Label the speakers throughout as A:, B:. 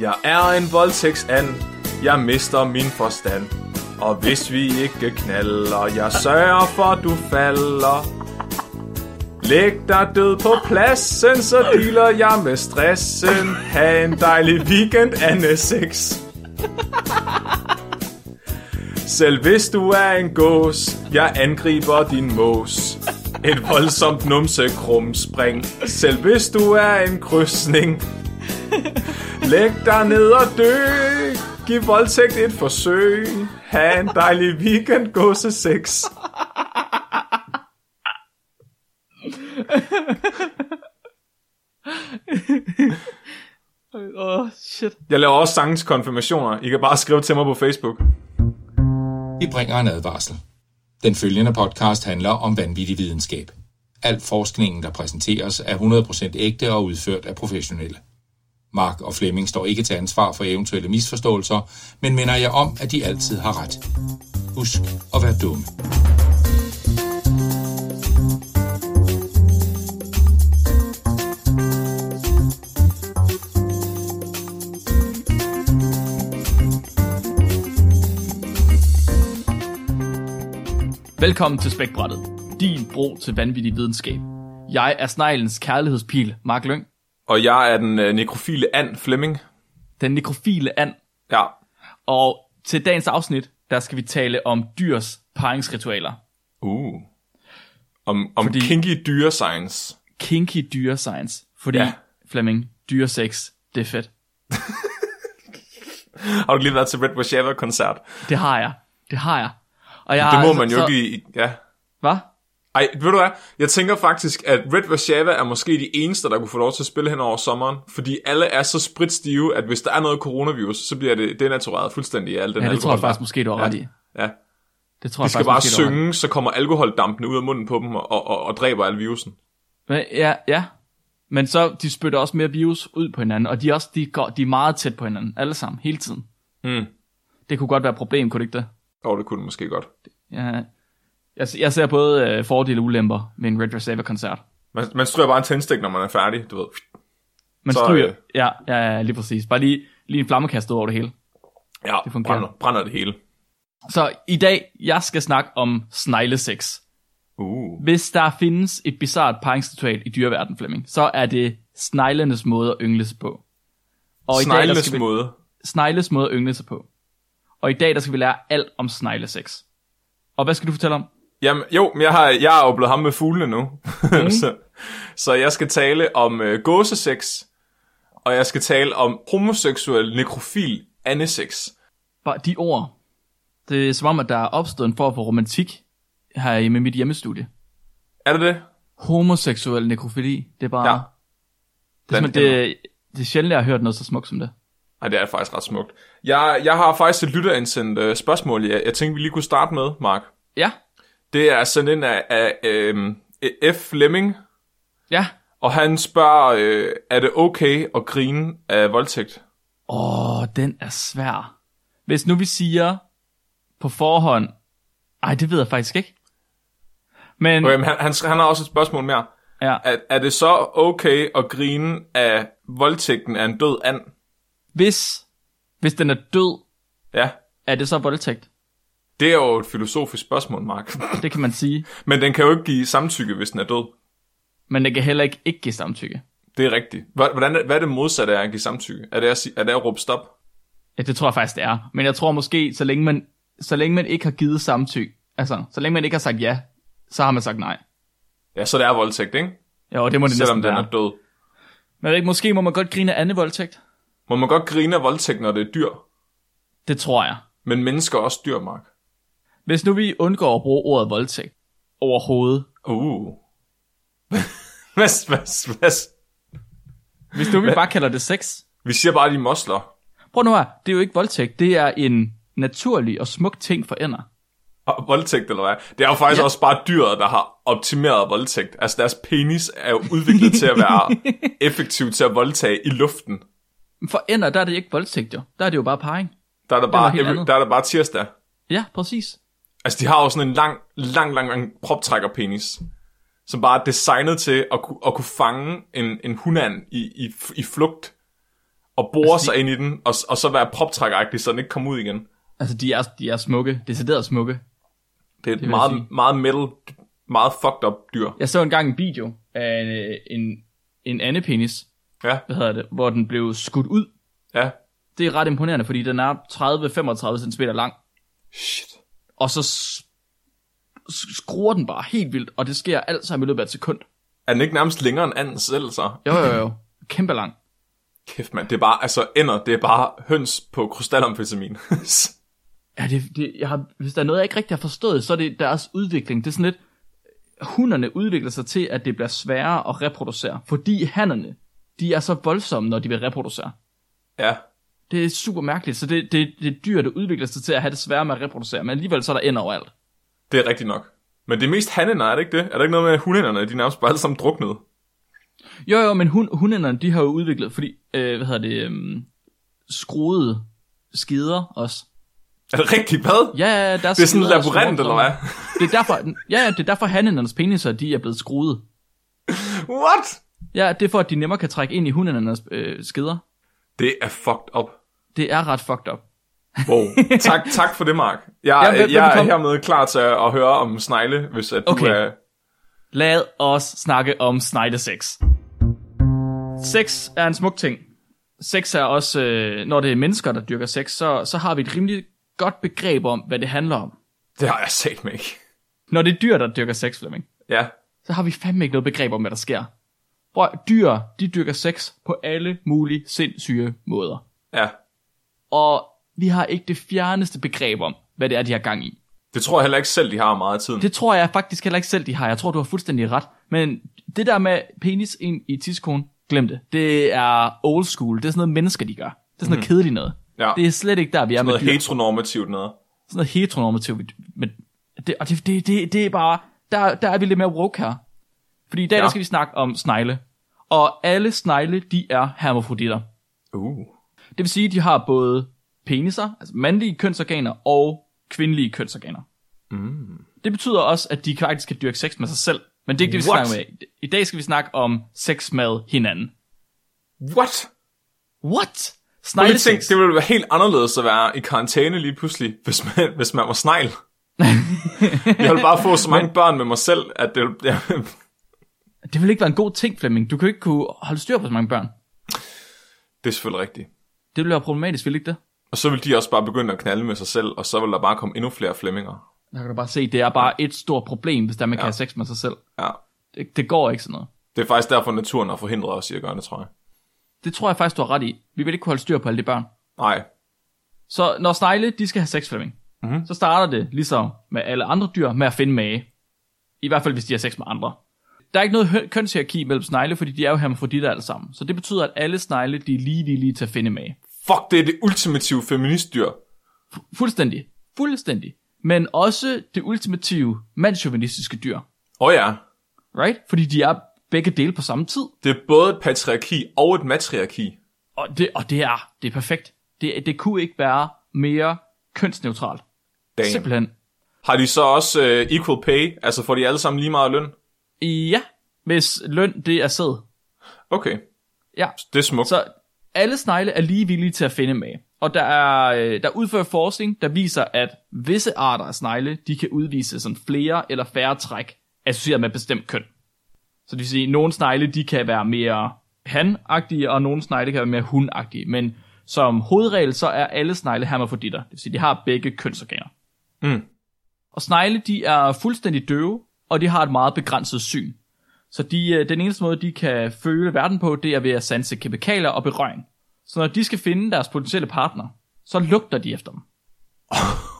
A: Jeg er en voldtægtsand. Jeg mister min forstand. Og hvis vi ikke knaller, jeg sørger for, du falder. Læg dig død på pladsen, så dealer jeg med stressen. Ha' en dejlig weekend, Anne 6. Selv hvis du er en gås, jeg angriber din mås. Et voldsomt numsekrumspring. Selv hvis du er en krydsning. Læg dig ned og dø. Giv voldtægt et forsøg. Ha' en dejlig weekend, gåse 6.
B: Åh, oh, shit.
A: Jeg laver også sangens konfirmationer. I kan bare skrive til mig på Facebook.
C: Vi bringer en advarsel. Den følgende podcast handler om vanvittig videnskab. Al forskningen, der præsenteres, er 100% ægte og udført af professionelle. Mark og Flemming står ikke til ansvar for eventuelle misforståelser, men minder jeg om, at de altid har ret. Husk at være dumme.
B: Velkommen til Spækbrættet, din bro til vanvittig videnskab. Jeg er sneglens kærlighedspil, Mark Lyng,
A: Og jeg er den øh, nekrofile And Flemming.
B: den nekrofile and.
A: Ja,
B: Og til dagens afsnit, der skal vi tale om dyrs paringsritualer.
A: Uh. Om, om Fordi...
B: Fordi-
A: kinky dyre science.
B: Kinky dyre science, fordi
A: Ja.
B: ja. Flemming, dyre sex, det er fedt.
A: Har du lige været til Red Washava koncert?
B: Det har jeg, det har jeg. Og jeg
A: Det
B: har
A: må
B: altså-
A: man jo
B: så-
A: ikke i... i- Ja.
B: Hvad?
A: Ej, ved du hvad? Jeg tænker faktisk, at Red Washava er måske de eneste, der kunne få lov til at spille hen over sommeren. Fordi alle er så spritstive, at hvis der er noget coronavirus, så bliver det denatureret fuldstændig af al den
B: Ja, det tror
A: alkohol,
B: jeg
A: der er.
B: faktisk måske, du har ret i.
A: Ja.
B: Det tror
A: De
B: jeg
A: skal bare
B: faktisk måske, du har ret i.
A: synge, så kommer alkoholdampene ud af munden på dem og, og, og, og dræber al virusen.
B: Men, ja, ja. Men så, de spytter også mere virus ud på hinanden, og de er, også, de, går, de er meget tæt på hinanden, alle sammen, hele tiden.
A: Mm.
B: Det kunne godt være et problem, kunne det ikke det?
A: Og det kunne det måske godt.
B: Ja. Jeg, jeg ser både øh, fordele og ulemper med en Red Reserve-koncert.
A: Man, man stryger bare en tændstik, når man er færdig, du ved.
B: Man
A: Så,
B: så, stryger,
A: øh,
B: øh... ja, ja, ja, lige præcis. Bare lige, lige en flammekast ud over det hele.
A: Ja, det
B: Det fungerer.
A: brænder, brænder det hele.
B: Så i dag, jeg skal snakke om snegleseks.
A: Uh.
B: Hvis der findes et bizart paringsritual i dyreverdenen, Flemming, så er det sneglenes måde at yngles på.
A: Og
B: Og i dag, der
A: Sneglenes
B: skal vi,
A: måde.
B: snegles måde at yngle sig på. Og i dag, der skal vi lære alt om snegleseks. Og hvad skal du fortælle om?
A: Jamen, jo, men jeg, har, jeg er jo blevet ham med fuglene nu. Mm. så, så jeg skal tale om øh, gåsesex, og jeg skal tale om homoseksuel nekrofil anesex.
B: Bare de ord. Det er som om, at der er opstået en form for romantik her i med mit hjemmestudie.
A: Er det det?
B: Homoseksuel nekrofili, det er bare...
A: Ja.
B: Ja. Det, er, som, at det, det er sjældent, jeg har hørt noget så smukt som det.
A: Ej, det er faktisk ret smukt. Jeg, jeg har faktisk et lytterindsendt øh, spørgsmål, jeg, jeg tænkte, vi lige kunne starte med, Mark.
B: Ja,
A: Det er sendt ind af, af øh, F. Fleming,
B: ja.
A: og han spørger, øh, er det okay at grine af voldtægt?
B: Åh, den er svær. Hvis nu vi siger på forhånd... Ej, det ved jeg faktisk ikke. Men
A: Okay,
B: okay.
A: men han, han, han har også et spørgsmål mere.
B: ja,
A: Er, er det så okay at grine af voldtægten af en død and?
B: hvis, hvis den er død,
A: Ja,
B: er det så voldtægt?
A: det er jo et filosofisk spørgsmål, Mark.
B: Det kan man sige.
A: Men den kan jo ikke give samtykke, hvis den er død.
B: Men den kan heller ikke ikke give samtykke.
A: Det er rigtigt. Hvor- Hvordan, er- hvad er det modsatte af at give samtykke? Er det at, sige- er det at råbe stop?
B: Ja, det tror jeg faktisk, det er. Men jeg tror måske, så længe man, så længe man ikke har givet samtykke, altså, så længe man ikke har sagt ja, så har man sagt nej.
A: Ja, så det er voldtægt, ikke?
B: Jo, det må det
A: Selvom
B: næsten
A: den
B: være.
A: er død.
B: Men jeg ved ikke, måske må man godt grine af andet voldtægt.
A: Må man godt grine af voldtægt, når det er dyr?
B: Det tror jeg.
A: Men mennesker er også dyr, Mark.
B: Hvis nu vi undgår at bruge ordet voldtægt overhovedet,
A: Uh. hvad, hvad, hvad?
B: hvis nu vi bare kalder det sex,
A: Vi siger bare, de mosler.
B: prøv nu her, det er jo ikke voldtægt, det er en naturlig og smuk ting for ender.
A: Og voldtægt, eller hvad? Det er jo faktisk ja.
B: Ja.
A: også bare dyret, der har optimeret voldtægt. Altså, deres penis er jo udviklet til at være effektiv til at voldtage i luften.
B: Men For ender, der er det ikke voldtægt jo, der er det jo bare parring.
A: Der er der
B: noget
A: bare,
B: helt
A: every,
B: andet.
A: der er der bare tirsdag.
B: Ja, præcis.
A: Altså, de har jo sådan en lang, lang, lang, lang proptrækkerpenis, som bare er designet til at, ku- at kunne fange en, en hunand i, i, i flugt, og bore altså, sig de... ind i den, og, og så være proptrækagtig, så den ikke kommer ud igen.
B: Altså, de er, de er smukke. Decideret smukke.
A: Det er et
B: vil
A: det
B: jeg
A: meget,
B: sige.
A: meget metal, meget fucked up dyr.
B: Jeg så engang en video af en, øh, en, en andepenis,
A: Ja,
B: hvad hedder det, hvor den blev skudt ud.
A: ja.
B: Det er ret imponerende, fordi den er 30-35 cm lang.
A: Shit.
B: og så s- s- skruer den bare helt vildt, og det sker alt sammen i løbet af et sekund.
A: Er den ikke nærmest længere end anden selv, så?
B: Jo, jo, jo. Kæmpe lang.
A: Kæft, mand. Det er bare, altså, ender, det er bare høns på krystallamfetamin.
B: Ja, det, det, jeg har, hvis der er noget, jeg ikke rigtig har forstået, så er det deres udvikling. Det er sådan lidt, hunderne udvikler sig til, at det bliver sværere at reproducere, fordi hannerne, de er så voldsomme, når de vil reproducere.
A: ja.
B: Det er super mærkeligt, så det, det, det er dyr, der udvikler sig til at have det sværere med at reproducere, men alligevel så er der ender overalt.
A: Det er rigtigt nok. Men det er mest hanænder, er det ikke det? Er der ikke noget med at hundænderne, de er nærmest bare alle sammen druknede?
B: Jo, jo, men hun, hundænderne, de har jo udviklet, fordi, øh, hvad hedder det, øh, skruede skeder også.
A: Er det rigtigt hvad?
B: Ja, ja, ja, deres
A: Det er sådan en
B: skeder
A: labyrint,
B: sorte.
A: eller hvad?
B: Det er derfor, ja, ja, det er derfor hanendernes peniser, de er blevet skruet.
A: What?
B: Ja, det er for, at de nemmere kan trække ind i hundendernes øh, skeder.
A: Det er fucked up.
B: Det er ret fucked up.
A: Wow. tak, tak for det, Mark. Jeg,
B: Ja,
A: ja,
B: vel-
A: jeg er
B: velbekomme.
A: hermed klar til at, at høre om snegle, hvis at du
B: Okay.
A: er...
B: Lad os snakke om sneglesex. Sex er en smuk ting. Sex er også, øh, når det er mennesker, der dyrker sex, så, så har vi et rimelig godt begreb om, hvad det handler om.
A: Det har jeg set mig ikke.
B: Når det er dyr, der dyrker sex, Flemming,
A: Ja.
B: så har vi fandme ikke noget begreb om, hvad der sker. Prøv, at- dyr, de dyrker sex på alle mulige sindssyge måder.
A: Ja.
B: og vi har ikke det fjerneste begreb om, hvad det er, de har gang i.
A: Det tror jeg heller ikke selv, de har meget af tiden.
B: Det tror jeg faktisk heller ikke selv, de har. Jeg tror, du har fuldstændig ret. Men det der med penis ind i tidskone, glem det. Det er old school. Det er sådan noget, mennesker de gør. Det er sådan noget mm. kedeligt noget.
A: Mhm. Ja.
B: Det er slet ikke der, vi er med
A: noget
B: dyr.
A: heteronormativt noget.
B: Sådan noget heteronormativt. Men det, og det, det, det, det er bare... Der, der er vi lidt mere woke her. Fordi i dag,
A: Ja.
B: ja. der skal vi snakke om snegle. Og alle snegle, de er hermafroditter.
A: Uh.
B: Det vil sige, at de har både peniser, altså mandlige kønsorganer, og kvindelige kønsorganer. Mm. Det betyder også, at de faktisk kan dyrke sex med sig selv. Men det er ikke det, vi
A: What?
B: skal snakke med. I dag skal vi snakke om sex med hinanden.
A: What? Nej,
B: What? Snegle
A: det, tænkte,
B: sex?
A: det ville være helt anderledes at være i karantæne lige pludselig, hvis man, hvis man var snegl. jeg ville bare få så mange børn med mig selv, at det ville... Ja,
B: Det vil ikke være en god ting, Flemming. Du kan jo ikke kunne holde styr på så mange børn.
A: det er selvfølgelig rigtigt.
B: Det ville være problematisk, vil ikke det?
A: Og så ville de også bare begynde at knalde med sig selv, og så ville der bare komme endnu flere flemminger.
B: Der kan du bare se, det er bare et stort problem, hvis der man kan have sex med sig selv.
A: Ja.
B: Det, det går ikke sådan noget.
A: Det er faktisk derfor, naturen har forhindret os i at gøre det, tror jeg.
B: Det tror jeg faktisk, du har ret i. Vi vil ikke kunne holde styr på alle de børn.
A: Nej.
B: Så når snegle, de skal have sex, Flemming, mm-hmm. så starter det, ligesom med alle andre dyr, med at finde mage. I hvert fald, hvis de har sex med andre. Der er ikke noget hø- kønshierarki mellem snegle, fordi de er jo hermafroditter alle sammen. Så det betyder, at alle snegle, de er lige villige til at finde mage.
A: Fuck, det er det ultimative feministdyr.
B: Fuldstændig. Fuldstændig. Men også det ultimative mandschauvinistiske dyr.
A: Åh oh ja,
B: Right? Fordi de er begge dele på samme tid.
A: det er både et patriarki og et matriarki.
B: Og det, og det er, det er perfekt. Det, det kunne ikke være mere kønsneutralt.
A: Damn.
B: Simpelthen.
A: Har de så også uh, equal pay? Altså får de alle sammen lige meget løn?
B: Ja, hvis løn det er sæd.
A: Okay,
B: Ja.
A: det er smukt.
B: Så alle snegle er lige villige til at finde med. Og der er øh, der udfører forskning, der viser, at visse arter af snegle, de kan udvise sådan flere eller færre træk, associeret med et bestemt køn. Så det vil sige, at nogle snegle, de kan være mere hanagtige, og nogle snegle kan være mere hunagtige. Men som hovedregel, så er alle snegle hermafroditter. Det vil sige, de har begge kønsorganer.
A: Mm.
B: Og snegle, de er fuldstændig døve, og de har et meget begrænset syn. Så de, øh, den eneste måde, de kan føle verden på, det er ved at sanse kemikalier og berøring. Så når de skal finde deres potentielle partner, så lugter de efter dem.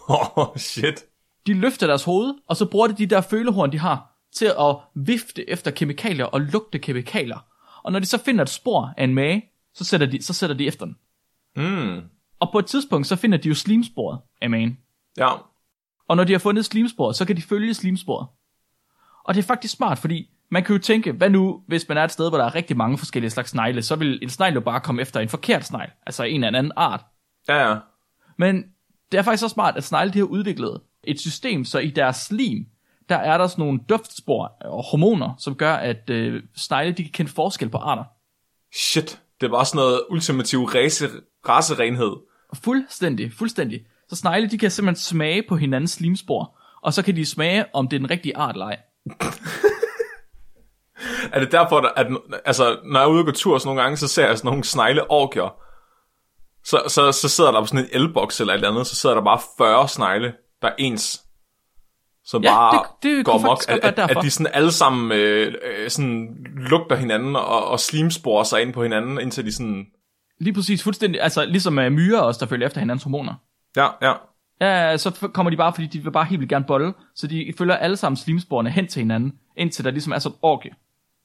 A: Oh, shit.
B: De løfter deres hoved, og så bruger de de der følehorn, de har, til at vifte efter kemikalier og lugte kemikalier. Og når de så finder et spor af en mage, så sætter de, så sætter de efter den.
A: Mm.
B: Og på et tidspunkt, så finder de jo slimsporet af magen.
A: Ja.
B: Og når de har fundet slimsporet, så kan de følge slimsporet. Og det er faktisk smart, fordi man kan jo tænke, hvad nu, hvis man er et sted, hvor der er rigtig mange forskellige slags snegle, så vil en snegl jo bare komme efter en forkert snegl, altså en eller anden art.
A: Ja, ja.
B: Men det er faktisk så smart, at snegle de har udviklet et system, så i deres slim, der er der sådan nogle duftspor og hormoner, som gør, at øh, snegle de kan kende forskel på arter.
A: Shit. Det var sådan noget ultimativ race, racerenhed.
B: Fuldstændig, fuldstændig. Så snegle, de kan simpelthen smage på hinandens slimspor, og så kan de smage, om det er den rigtige art eller ej.
A: Er det derfor, der- at altså, når jeg er ude på tur så nogle gange, så ser jeg sådan nogle snegleorgier. Så, så, så sidder der på sådan en elboks eller et eller andet, så sidder der bare 40 snegle, der er ens. Så
B: Ja,
A: bare
B: det- det
A: går
B: kunne
A: mok,
B: faktisk
A: at,
B: godt være
A: at, at
B: derfor.
A: de sådan alle sammen øh, øh, sådan lugter hinanden og, og slimsporer sig ind på hinanden, indtil de sådan...
B: Lige præcis, fuldstændig. Altså ligesom uh, myrer også, der følger efter hinandens hormoner.
A: Ja, ja.
B: Ja, så f- kommer de bare, fordi de vil bare helt vildt gerne bolle, så de følger alle sammen slimsporene hen til hinanden, indtil der ligesom er sådan et orke.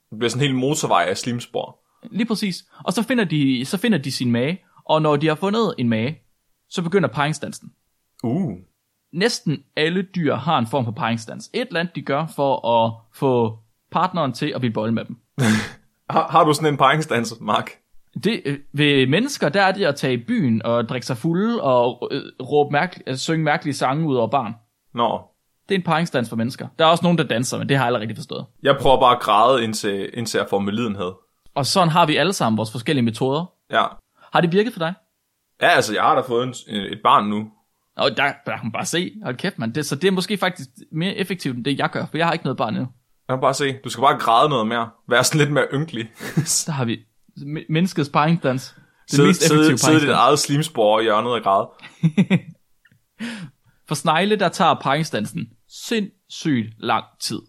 A: Det bliver sådan en hel motorvej af slimspor.
B: Lige præcis. Og så finder, de, så finder de sin mage, og når de har fundet en mage, så begynder paringsdansen.
A: Uh.
B: Næsten alle dyr har en form for paringsdans. Et eller andet, de gør for at få partneren til at blive bolle med dem.
A: Har, har du sådan en paringsdans, Mark?
B: Det, øh, ved mennesker, der er det at tage i byen og drikke sig fulde og øh, råbe mærke, altså, synge mærkelige sange ud over barn.
A: Nå.
B: Det er en paringsdans for mennesker. Der er også nogen, der danser, men det har jeg aldrig rigtig forstået.
A: Jeg prøver bare at græde, indtil, indtil jeg får medlidenhed.
B: Og sådan har vi alle sammen vores forskellige metoder.
A: Ja.
B: Har det virket for dig?
A: Ja, altså, jeg har da fået en, et barn nu.
B: Og der, der kan man bare se, hold kæft mand. Det, så det er måske faktisk mere effektivt end det, jeg gør, for jeg har ikke noget barn endnu.
A: Jeg kan bare se. Du skal bare græde noget mere. Vær sådan lidt mere ynkelig.
B: Så har vi me- menneskets paringsdans. Det
A: Sidde
B: mest effektive
A: sidde, sidde dit
B: paringsdans.
A: eget slimspor i hjørnet og græde.
B: For snegle, der tager paringsdansen sindssygt lang tid.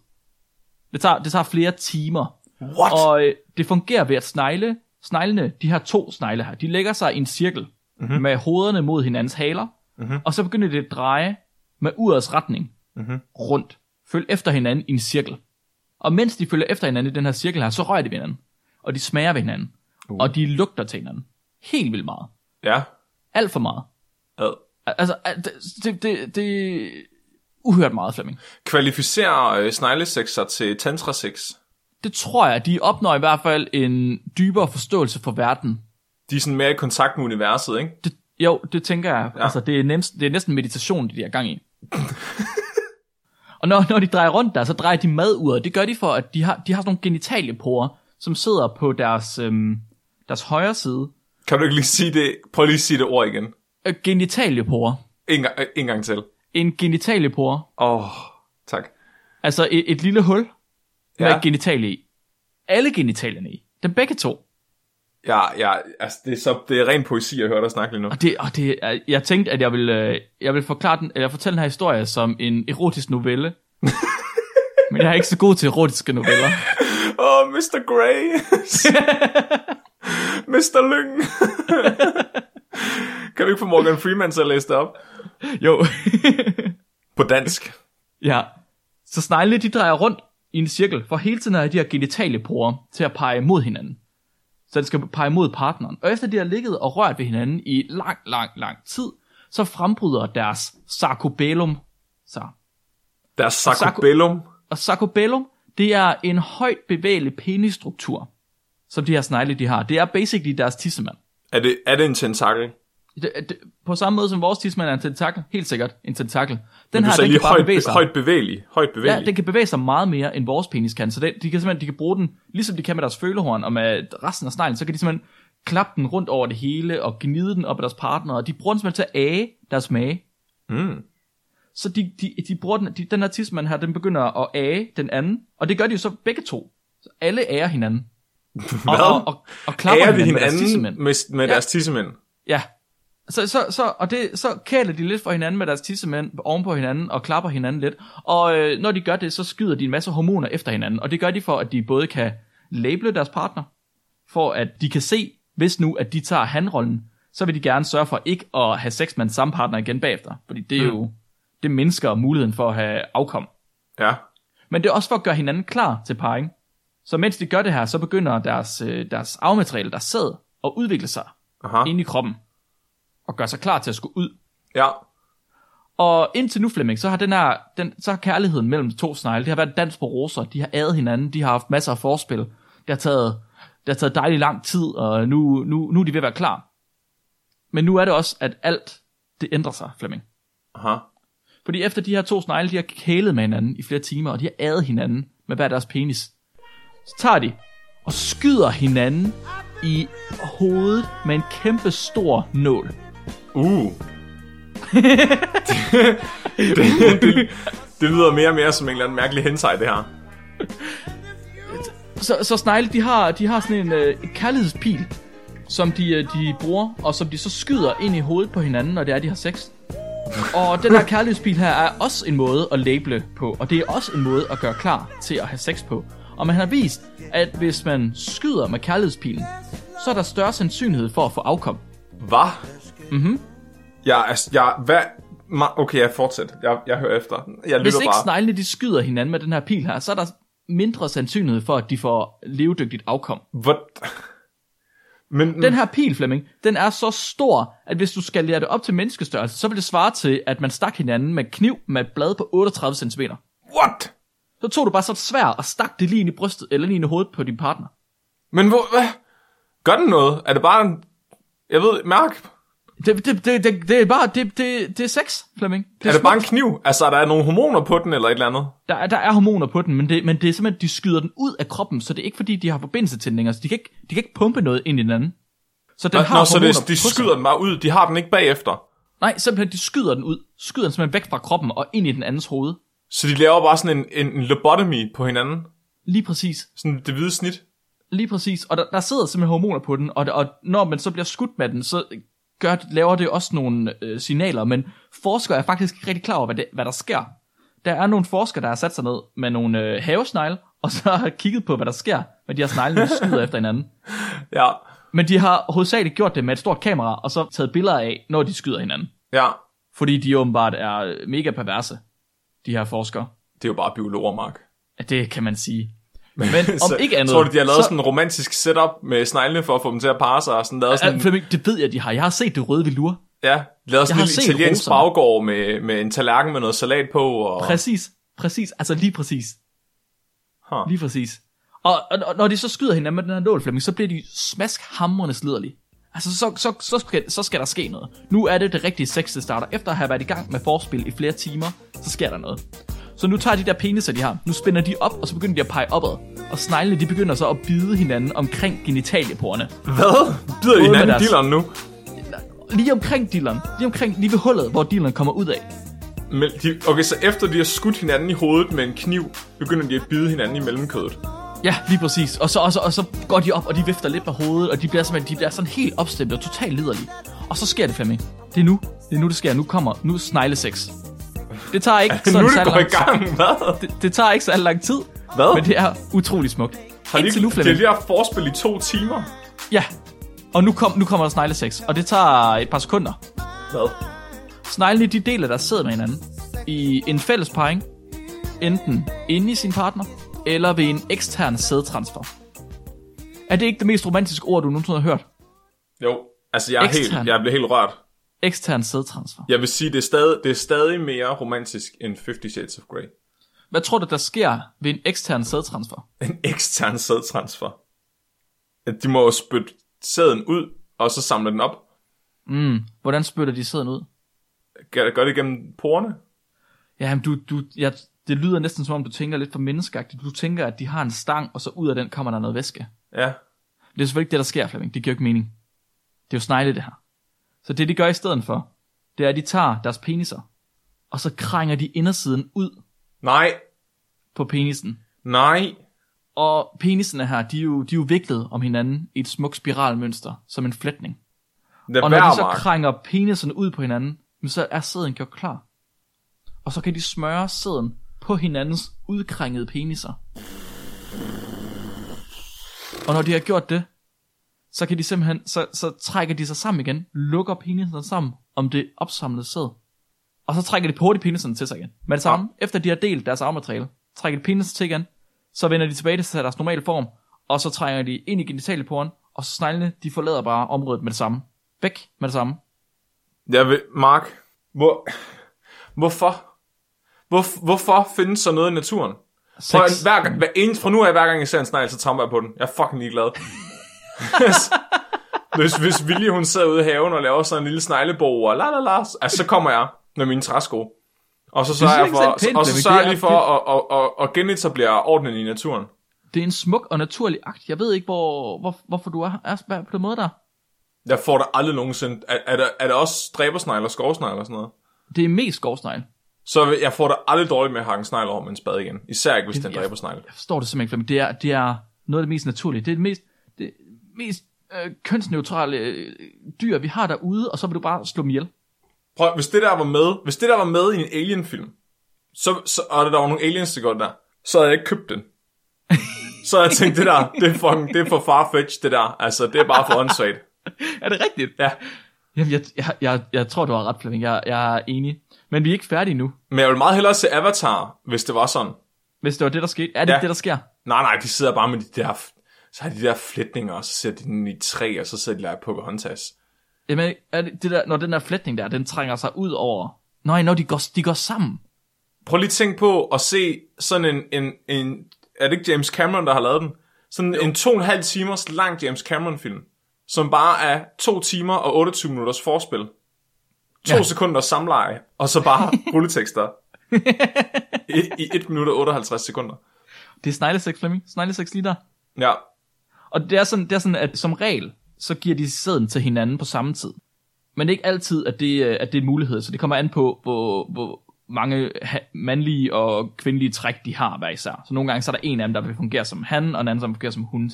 B: Det tager, det tager flere timer.
A: What? Og...
B: Og øh, det fungerer ved at snegle, sneglene, de her to snegle her, de lægger sig i en cirkel mm-hmm. med hovederne mod hinandens haler, mm-hmm. og så begynder det at dreje med urets retning mm-hmm. rundt. Følg efter hinanden i en cirkel. Og mens de følger efter hinanden i den her cirkel her, så rører de ved hinanden. Og de smager ved hinanden. Uh. Og de lugter til hinanden. Helt vildt meget.
A: Ja.
B: Alt for meget.
A: Ad.
B: Al- Altså, al- det, det, det, det er uhørt meget, Flemming.
A: Kvalificerer øh, snegleseks sig til tantrasex?
B: Det tror jeg, de opnår i hvert fald en dybere forståelse for verden,
A: De er sådan mere i kontakt med universet, ikke?
B: Det, jo, det tænker jeg. Ja. Altså, det er, nemst, det er næsten meditation, det de er gang i. og når, når de drejer rundt der, så drejer de maduret. Det gør de for, at de har, de har sådan nogle genitalieporer, som sidder på deres, øhm, deres højre side.
A: Kan du ikke lige sige det? Prøv lige at sige det ord igen.
B: Øh, genitalieporer.
A: En, gang- øh, en gang til.
B: En genitaliepore.
A: Åh, oh, tak.
B: Altså et, et lille hul med
A: Ja.
B: ja. genitalie i. Alle genitalierne i. Den begge to.
A: Ja, ja, altså det er, så, det er ren poesi at høre dig snakke lige nu.
B: Og det, og det, er- jeg tænkte, at jeg ville, øh, jeg ville forklare den, eller fortælle den her historie som en erotisk novelle. Men jeg er ikke så god til erotiske noveller.
A: Åh, oh, Mr. Grey. Mr. Lyng. kan vi ikke få Morgan Freeman til at læse det op?
B: Jo.
A: På dansk.
B: ja. Så sneglene, de drejer rundt i en cirkel, for hele tiden har de her genitale porer til at pege mod hinanden. Så den skal pege mod partneren. Og efter de har ligget og rørt ved hinanden i lang, lang, lang tid, så frembryder deres sarcobellum sig.
A: Deres sarcobellum.
B: Og sarcobellum, det er en højt bevægelig penisstruktur, som de her snegle, de har. Det er basically deres tissemand.
A: Er det, er det en tentakel?
B: Det, det, på samme måde som vores tissemand er en tentakel, helt sikkert en tentakel. Den
A: Den
B: her,
A: du sagde
B: den
A: lige
B: kan bare
A: højt,
B: bevæge sig.
A: be, højt bevægelig. Højt bevægelig.
B: Ja, den kan bevæge sig meget mere, end vores penis kan. Så det, de kan simpelthen de kan bruge den, ligesom de kan med deres følehorn og med resten af sneglen, så kan de simpelthen klappe den rundt over det hele og gnide den op af deres partner, og de bruger den simpelthen til at age deres mage. Mm. Så de, de, de bruger den, de, den her tidsmand her, den begynder at age den anden, og det gør de jo så begge to. Så alle ærer hinanden. Og, og, og, og klapper
A: Ærer de
B: hinanden med deres tissemænd.
A: hinanden med, med ja.
B: Ja.
A: deres tissemænd?
B: Ja. Så, så, så, og det, så kæler de lidt for hinanden med deres tissemænd oven på hinanden og klapper hinanden lidt. Og øh, når de gør det, så skyder de en masse hormoner efter hinanden. Og det gør de for, at de både kan label deres partner, for at de kan se, hvis nu at de tager handrollen, så vil de gerne sørge for ikke at have sex med den samme partner igen bagefter. Fordi det er jo, det mindsker muligheden for at have afkom.
A: Ja.
B: Men det er også for at gøre hinanden klar til parring. Så mens de gør det her, så begynder deres, øh, deres afmateriale, deres sæd, at udvikle sig
A: Aha.
B: inde i kroppen og gør sig klar til at skulle ud.
A: Ja.
B: Og indtil nu, Flemming, så har, den her, den, så har kærligheden mellem de to snegle, det har været en dans på roser, de har ædet hinanden, de har haft masser af forspil, det har taget, det har taget dejlig lang tid, og nu, nu, nu er de ved at være klar. Men nu er det også, at alt det ændrer sig, Flemming.
A: Aha.
B: Fordi efter de her to snegle, de har kælet med hinanden i flere timer, og de har ædet hinanden med hver deres penis, så tager de og skyder hinanden i hovedet med en kæmpe stor nål.
A: Uh. det, det, det, det lyder mere og mere som en eller anden mærkelig hentai, det her.
B: Så, så snegle, de har, de har sådan en øh, kærlighedspil, som de, øh, de bruger, og som de så skyder ind i hovedet på hinanden, når det er, de har sex. Og den her kærlighedspil her er også en måde at label på, og det er også en måde at gøre klar til at have sex på. Og man har vist, at hvis man skyder med kærlighedspilen, så er der større sandsynlighed for at få afkom.
A: Hvad? Mhm. Jeg, er- jeg, hvad? Ma- okay, jeg fortsætter. Jeg, jeg hører efter. Jeg
B: Hvis
A: lytter
B: ikke
A: bare.
B: sneglene de skyder hinanden med den her pil her, så er der mindre sandsynlighed for, at de får levedygtigt afkom.
A: Hvor... Men
B: Den her pil, Flemming, den er så stor, at hvis du skal lære det op til menneskestørrelse, så vil det svare til, at man stak hinanden med kniv med et blad på 38 cm.
A: what?
B: Så tog du bare så et svær og stak det lige ind i brystet, eller lige ind i hovedet på din partner.
A: Men hvor, hvad? Gør den noget? Er det bare en... Jeg ved, mærk.
B: Det, det, det, det, det er bare, det, det, det er sex, Flemming. Det
A: Er det bare en
B: smukt.
A: kniv? Altså, er der nogle hormoner på den, eller et eller andet?
B: der, er- der er hormoner på den, men det, men det er simpelthen, de skyder den ud af kroppen, så det er ikke fordi, de har forbindelse til den længere. Så de kan ikke, de kan ikke pumpe noget ind i den anden. Så den har
A: Nå, så
B: hormoner
A: det,
B: på
A: de
B: sig.
A: skyder den bare ud. De har den ikke bagefter.
B: Nej, simpelthen, de skyder den ud. Skyder den simpelthen væk fra kroppen og ind i den andens hoved.
A: Så de laver bare sådan en, en, en lobotomy på hinanden.
B: Lige præcis.
A: Sådan det hvide snit.
B: Lige præcis, og der, der sidder simpelthen hormoner på den, og, og når man så bliver skudt med den, så gør, laver det også nogle øh, signaler, men forskere er faktisk ikke rigtig klar over, hvad, det, hvad der sker. Der er nogle forskere, der har sat sig ned med nogle øh, havesnegle, og så har kigget på, hvad der sker, med de her snegle, der skyder efter hinanden.
A: Ja,
B: Men de har hovedsageligt gjort det med et stort kamera, og så taget billeder af, når de skyder hinanden.
A: ja.
B: Fordi de åbenbart er øh, mega perverse, de her forskere.
A: Det er jo bare biologer, Mark.
B: Ja, Det kan man sige. Men om ikke andet...
A: Tror du, de har lavet så...
B: så-
A: sådan en romantisk setup med sneglene for at få dem til at parre sig? Og sådan lavet sådan,
B: Ja, Flemming, det ved jeg, de har. Jeg har set det røde velur.
A: ja, lavet sådan
B: har
A: en
B: set
A: lille italiensk
B: roserne.
A: baggård med, med en tallerken med noget salat på. Og...
B: Præcis, præcis, altså lige præcis,
A: Huh.
B: lige præcis. Og, og, og når de så skyder hinanden med den her nål, Flemming, så bliver de smaskhamrende sliderlige. Altså, så, så, så, skal, så skal der ske noget. Nu er det det rigtige sex, det starter. Efter at have været i gang med forspil i flere timer, så sker der noget. Så nu tager de der peniser, de har, nu spænder de op, og så begynder de at pege opad. Og sneglene, de begynder så at bide hinanden omkring genitalieporerne.
A: Hvad? Bider I
B: med
A: hinanden
B: deres-
A: dilleren nu?
B: Lige omkring dilleren, lige omkring, lige ved hullet, hvor dilleren kommer ud af.
A: Men de, okay, så efter de har skudt hinanden i hovedet med en kniv, begynder de at bide hinanden i mellemkødet.
B: Ja, lige præcis. Og så, og, så, og så går de op, og de vifter lidt med hovedet, og de bliver, simpelthen, de bliver sådan helt opstemt og totalt liderlige. Og så sker det Flemming. Det er nu. Det er nu, det sker. Nu kommer. Nu er snegleseks. Det tager ikke
A: Så nu
B: sådan
A: er det
B: særlig
A: går i
B: lang tid.
A: gang, hvad?
B: Det, det tager ikke særlig lang tid.
A: Hvad?
B: Men det er utrolig smukt.
A: Har de,
B: Indtil nu,
A: de har
B: Flemming.
A: lige haft forspil i to timer.
B: Ja. Og nu, kom, nu kommer der snegleseks. Og det tager et par sekunder.
A: Hvad?
B: Sneglene, de deler der sidder med hinanden i en fælles parring. Enten inde i sin partner, eller ved en ekstern sædtransfer. Er det ikke det mest romantiske ord, du nogensinde har hørt?
A: Jo, altså jeg, er helt,
B: Ekstern.
A: jeg bliver helt rørt.
B: ekstern sædtransfer.
A: Jeg vil sige, det er stadig, det er stadig mere romantisk end 50 Shades of Grey.
B: Hvad tror du, der sker ved en ekstern sædtransfer?
A: En ekstern sædtransfer. At De må jo spytte sæden ud, og så samle den op.
B: Hvordan spytter de sæden ud?
A: Gør, gør det gennem porerne?
B: Jamen, du, du, jeg, det lyder næsten som om, du tænker lidt for menneskeagtigt. Du tænker, at de har en stang, og så ud af den kommer der noget væske.
A: Ja.
B: Det er selvfølgelig ikke det, der sker, Flemming. Det giver jo ikke mening. Det er jo snegle, det her. Så det, de gør i stedet for, det er, at de tager deres peniser, og så krænger de indersiden ud
A: Nej,
B: på penisen.
A: nej.
B: Og penisene her, de er jo, de er jo viklet om hinanden i et smukt spiralmønster, som en flætning.
A: Det er
B: Og når de
A: værd,
B: så
A: Mark.
B: krænger peniserne ud på hinanden, men så er sæden gjort klar. Og så kan de smøre sæden på hinandens udkrængede peniser. Og når de har gjort det, så kan de simpelthen, så, så trækker de sig sammen igen, lukker peniserne sammen om det opsamlede sæd. Og så trækker de hurtigt peniserne til sig igen. Med det samme, efter de har delt deres arvmateriale, trækker de peniserne til igen, så vender de tilbage til deres normale form, og så trænger de ind i genitalieporen, og så sneglene, de forlader bare området med det samme. Væk med det samme.
A: Jeg vil, Mark, hvor, hvorfor? Hvor, hvorfor findes så noget i naturen? Prøv, at-
B: Sex.
A: hver gang, hver eneste, fra nu af, hver gang jeg ser en snegl, så tramper jeg på den. Jeg er fucking ligeglad. hvis, hvis Vilje, hun sidder ude i haven og laver sådan en lille sneglebo, og la la la, altså, så kommer jeg med mine træsko. Og så sørger jeg
B: ikke selv
A: for,
B: pænt,
A: og så
B: Flemming.
A: sørger jeg
B: Det er-
A: lige for at, at, at, at genetablere ordenen i naturen.
B: Det er en smuk og naturlig akt. Jeg ved ikke, hvor, hvor, hvorfor du er, er er på den måde der.
A: Jeg får det aldrig nogensinde. Er, er, der, er der også stræbersnegl og skovsnegl og sådan noget?
B: Det er mest skovsnegl.
A: Så vil- jeg får det aldrig dårligt med at hakke en snegl over med en spade igen. Især ikke, hvis det er en dræbersnegl.
B: Jeg forstår det simpelthen ikke, Flemming. det er, det er noget af det mest naturlige. Det er det mest, det mest øh, kønsneutrale øh, dyr, vi har derude, og så vil du bare slå dem ihjel.
A: Prøv, hvis det der var med, hvis det der var med i en alien-film, så, så, og der var nogle aliens, der går der, så havde jeg ikke købt den. så havde jeg tænkt, det der, det er, fucking, det er for farfetch, det der. Altså, det er bare for åndssvagt.
B: Er det rigtigt?
A: Ja.
B: Jamen, jeg, jeg, jeg, jeg tror, du har ret, Flemming. Jeg, jeg er enig. Men vi er ikke færdige nu.
A: Men jeg ville meget hellere se Avatar, hvis det var sådan.
B: Hvis det var det, der skete. Er det
A: Ja.
B: ja. det, der sker?
A: Nej, nej, de sidder bare med de der, så har de der flætninger, og så sætter de den i træ, og så sidder de der på Pocahontas.
B: Jamen, er det, det der, når den der flætning der, den trænger sig ud over... Nej, når de går, de går sammen.
A: Prøv lige at tænke på at se sådan en, en, en er det ikke James Cameron, der har lavet den? Sådan jo. en to og en halv timers lang James Cameron-film, som bare er to timer og 28 minutters forspil. To ja.
B: Ja.
A: sekunder samleje, og så bare rulletekster. I, I 1 minut og 58 sekunder.
B: Det er snegleseks, Flemming. Snegleseks lige der.
A: Ja,
B: Og det er, sådan, det er sådan, at som regel, så giver de sæden til hinanden på samme tid. Men det er ikke altid, at det, øh, at det er en mulighed, så det kommer an på, hvor, hvor mange ha- mandlige og kvindelige træk, de har hver især. Så nogle gange så er der en af dem, der vil fungere som han, og en anden, som fungerer som hun.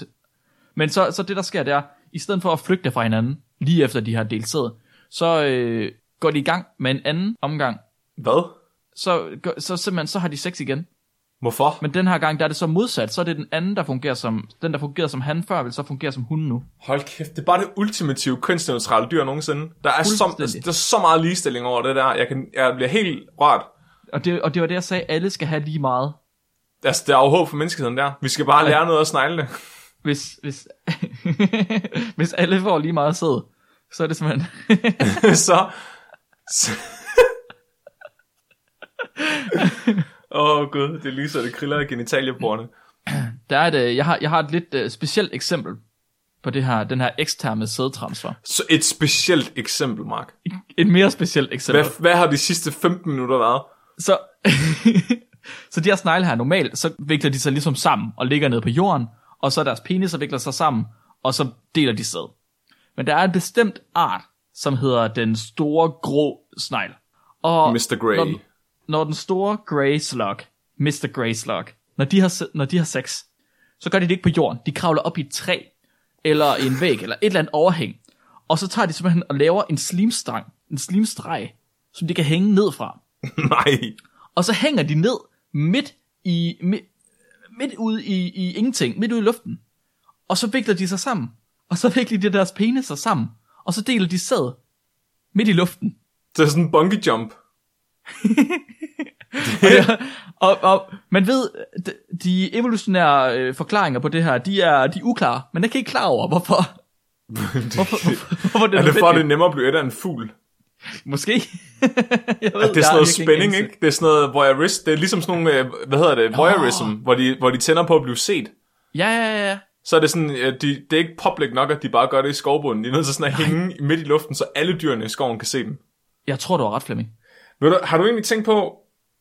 B: Men så, så det, der sker, det er, i stedet for at flygte fra hinanden, lige efter de har delt sæd, så øh, går de i gang med en anden omgang.
A: hvad?
B: Så, gør- så simpelthen, så har de sex igen.
A: Hvorfor? Men...
B: Men den her gang, der er det så modsat, så er det den anden, der fungerer som, den der fungerede som han før, vil så fungere som hun nu.
A: Hold kæft, det er bare det ultimative kønsneutrale dyr nogensinde. Der er, så,
B: Fuldstændig.
A: der er så meget ligestilling over det der. Jeg, kan, jeg bliver helt rørt.
B: Og det, og det var det, jeg sagde, alle skal have lige meget.
A: Altså, der er jo håb for menneskeheden der. Vi skal bare lære noget af sneglene.
B: Hvis, hvis, hvis alle får lige meget sæd, så er det simpelthen...
A: så... så Åh oh, gud, det lyser, det kriller af genitalieporne.
B: der er et, øh, jeg, har, jeg har et lidt uh, specielt eksempel på det her, den her eksterne sædtransfer.
A: Så et specielt eksempel, Mark.
B: Et mere specielt eksempel.
A: Hvad, hvad har de sidste 15 minutter været?
B: Så, så de her snegle her, normalt, så vikler de sig ligesom sammen og ligger ned på jorden, og så deres peniser vikler sig sammen, og så deler de sæd. Men der er en bestemt art, som hedder den store grå snegl. Og
A: Mr. Grey.
B: Når, den- når den store grey slug, Mr. Grey slug, når de, har, se- når de har sex, så gør de det ikke på jorden. De kravler op i et træ, eller i en væg, eller et eller andet overhæng. Og så tager de simpelthen og laver en slimstang, en slimstreg, som de kan hænge ned fra.
A: Nej.
B: Og så hænger de ned midt i midt, midt ude i, i ingenting, midt ude i luften. Og så vikler de sig sammen. Og så vikler de deres peniser sammen. Og så deler de sæd midt i luften.
A: Det er sådan en bungee jump.
B: Og, og man ved, d- de evolutionære øh, forklaringer på det her, de er, de er uklare. Men jeg kan ikke klar over, hvorfor. Hvorfor, hvorfor, hvorfor det
A: Er
B: er
A: det for, at det er
B: nødvendigt.
A: nemmere at blive et af en fugl?
B: Måske. jeg
A: Det er sådan
B: ved,
A: noget
B: jeg- jeg kan
A: spænding,
B: anse
A: ikke? Det er sådan noget voyeurist. Det er ligesom sådan nogle, øh, hvad hedder det, voyeurism, hvor, de, hvor de tænder på at blive set.
B: Ja, ja, ja, ja.
A: Så er det sådan, at de, det er ikke public nok, at de bare gør det i skovbunden. De er nødt til sådan at hænge midt i luften, så alle dyrene i skoven kan se dem.
B: Jeg tror, du har ret, Flemming.
A: Ved du, har du egentlig tænkt på,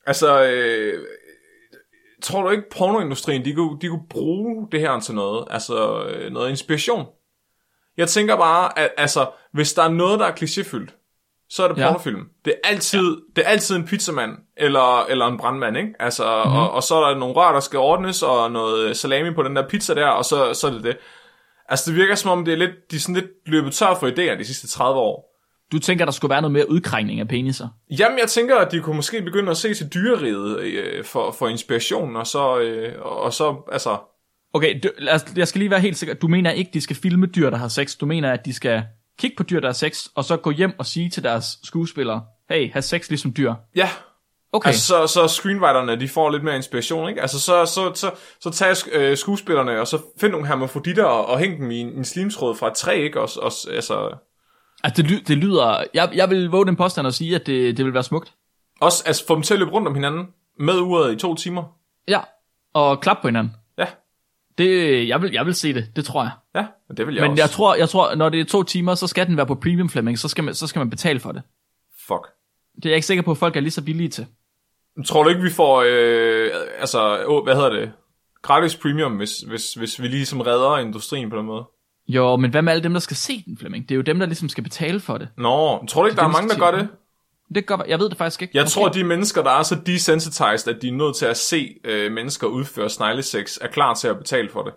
A: altså, øh, tror du ikke pornoindustrien, de kunne, de kunne bruge det her til noget, altså øh, noget inspiration? Jeg tænker bare, at altså, hvis der er noget, der er klichéfyldt, så er det
B: Ja.
A: pornofilm. Det er altid, ja. det er altid en pizzamand, eller, eller en brandmand, ikke? Altså, mm-hmm. og, og, så er der nogle rør, der skal ordnes, og noget salami på den der pizza der, og så, så er det det. Altså, det virker som om, det er lidt, de er sådan lidt løbet tør for idéer de sidste 30 år.
B: Du tænker, der skulle være noget mere udkrængning af peniser.
A: Jamen, jeg tænker, at de kunne måske begynde at se til dyreriget øh, for, for inspiration, og så, øh, og så, altså...
B: Okay, du, lad os, jeg skal lige være helt sikker. Du mener ikke, de skal filme dyr, der har sex. Du mener, at de skal kigge på dyr, der har sex, og så gå hjem og sige til deres skuespillere, hey, have sex ligesom dyr.
A: Ja,
B: Okay,
A: altså,
B: altså,
A: så, så screenwriterne, de får lidt mere inspiration, ikke? Altså, så, så, så, så tag øh, skuespillerne, og så find nogle hermafroditter, og, og hæng dem i en, en slimtråd fra et træ, ikke? Og, og, altså,
B: altså det, ly, det lyder... Jeg, jeg vil våge den påstand og sige, at det, det vil være smukt.
A: også, altså, få dem til at løbe rundt om hinanden, med uret i to timer.
B: Ja, og klap på hinanden.
A: Ja,
B: Det, jeg, vil, jeg vil se det, det tror jeg.
A: ja, og det vil jeg
B: Men
A: også.
B: jeg tror, jeg tror, når det er to timer, så skal den være på premium Flemming, så skal man, så skal man betale for det.
A: Fuck.
B: Det er jeg ikke sikker på, at folk er lige så villige til.
A: Tror du ikke, vi får, øh, altså, åh, hvad hedder det? gratis premium, hvis, hvis, hvis vi ligesom redder industrien på den måde.
B: Jo, men hvad med alle dem, der skal se den, Flemming? Det er jo dem, der ligesom skal betale for det.
A: Nå, tror du ikke, der er mange, der gør det?
B: Det gør, jeg ved det faktisk ikke.
A: Jeg tror, de mennesker, der er så desensitized, at de er nødt til at se øh, mennesker udføre snegleseks, er klar til at betale for det.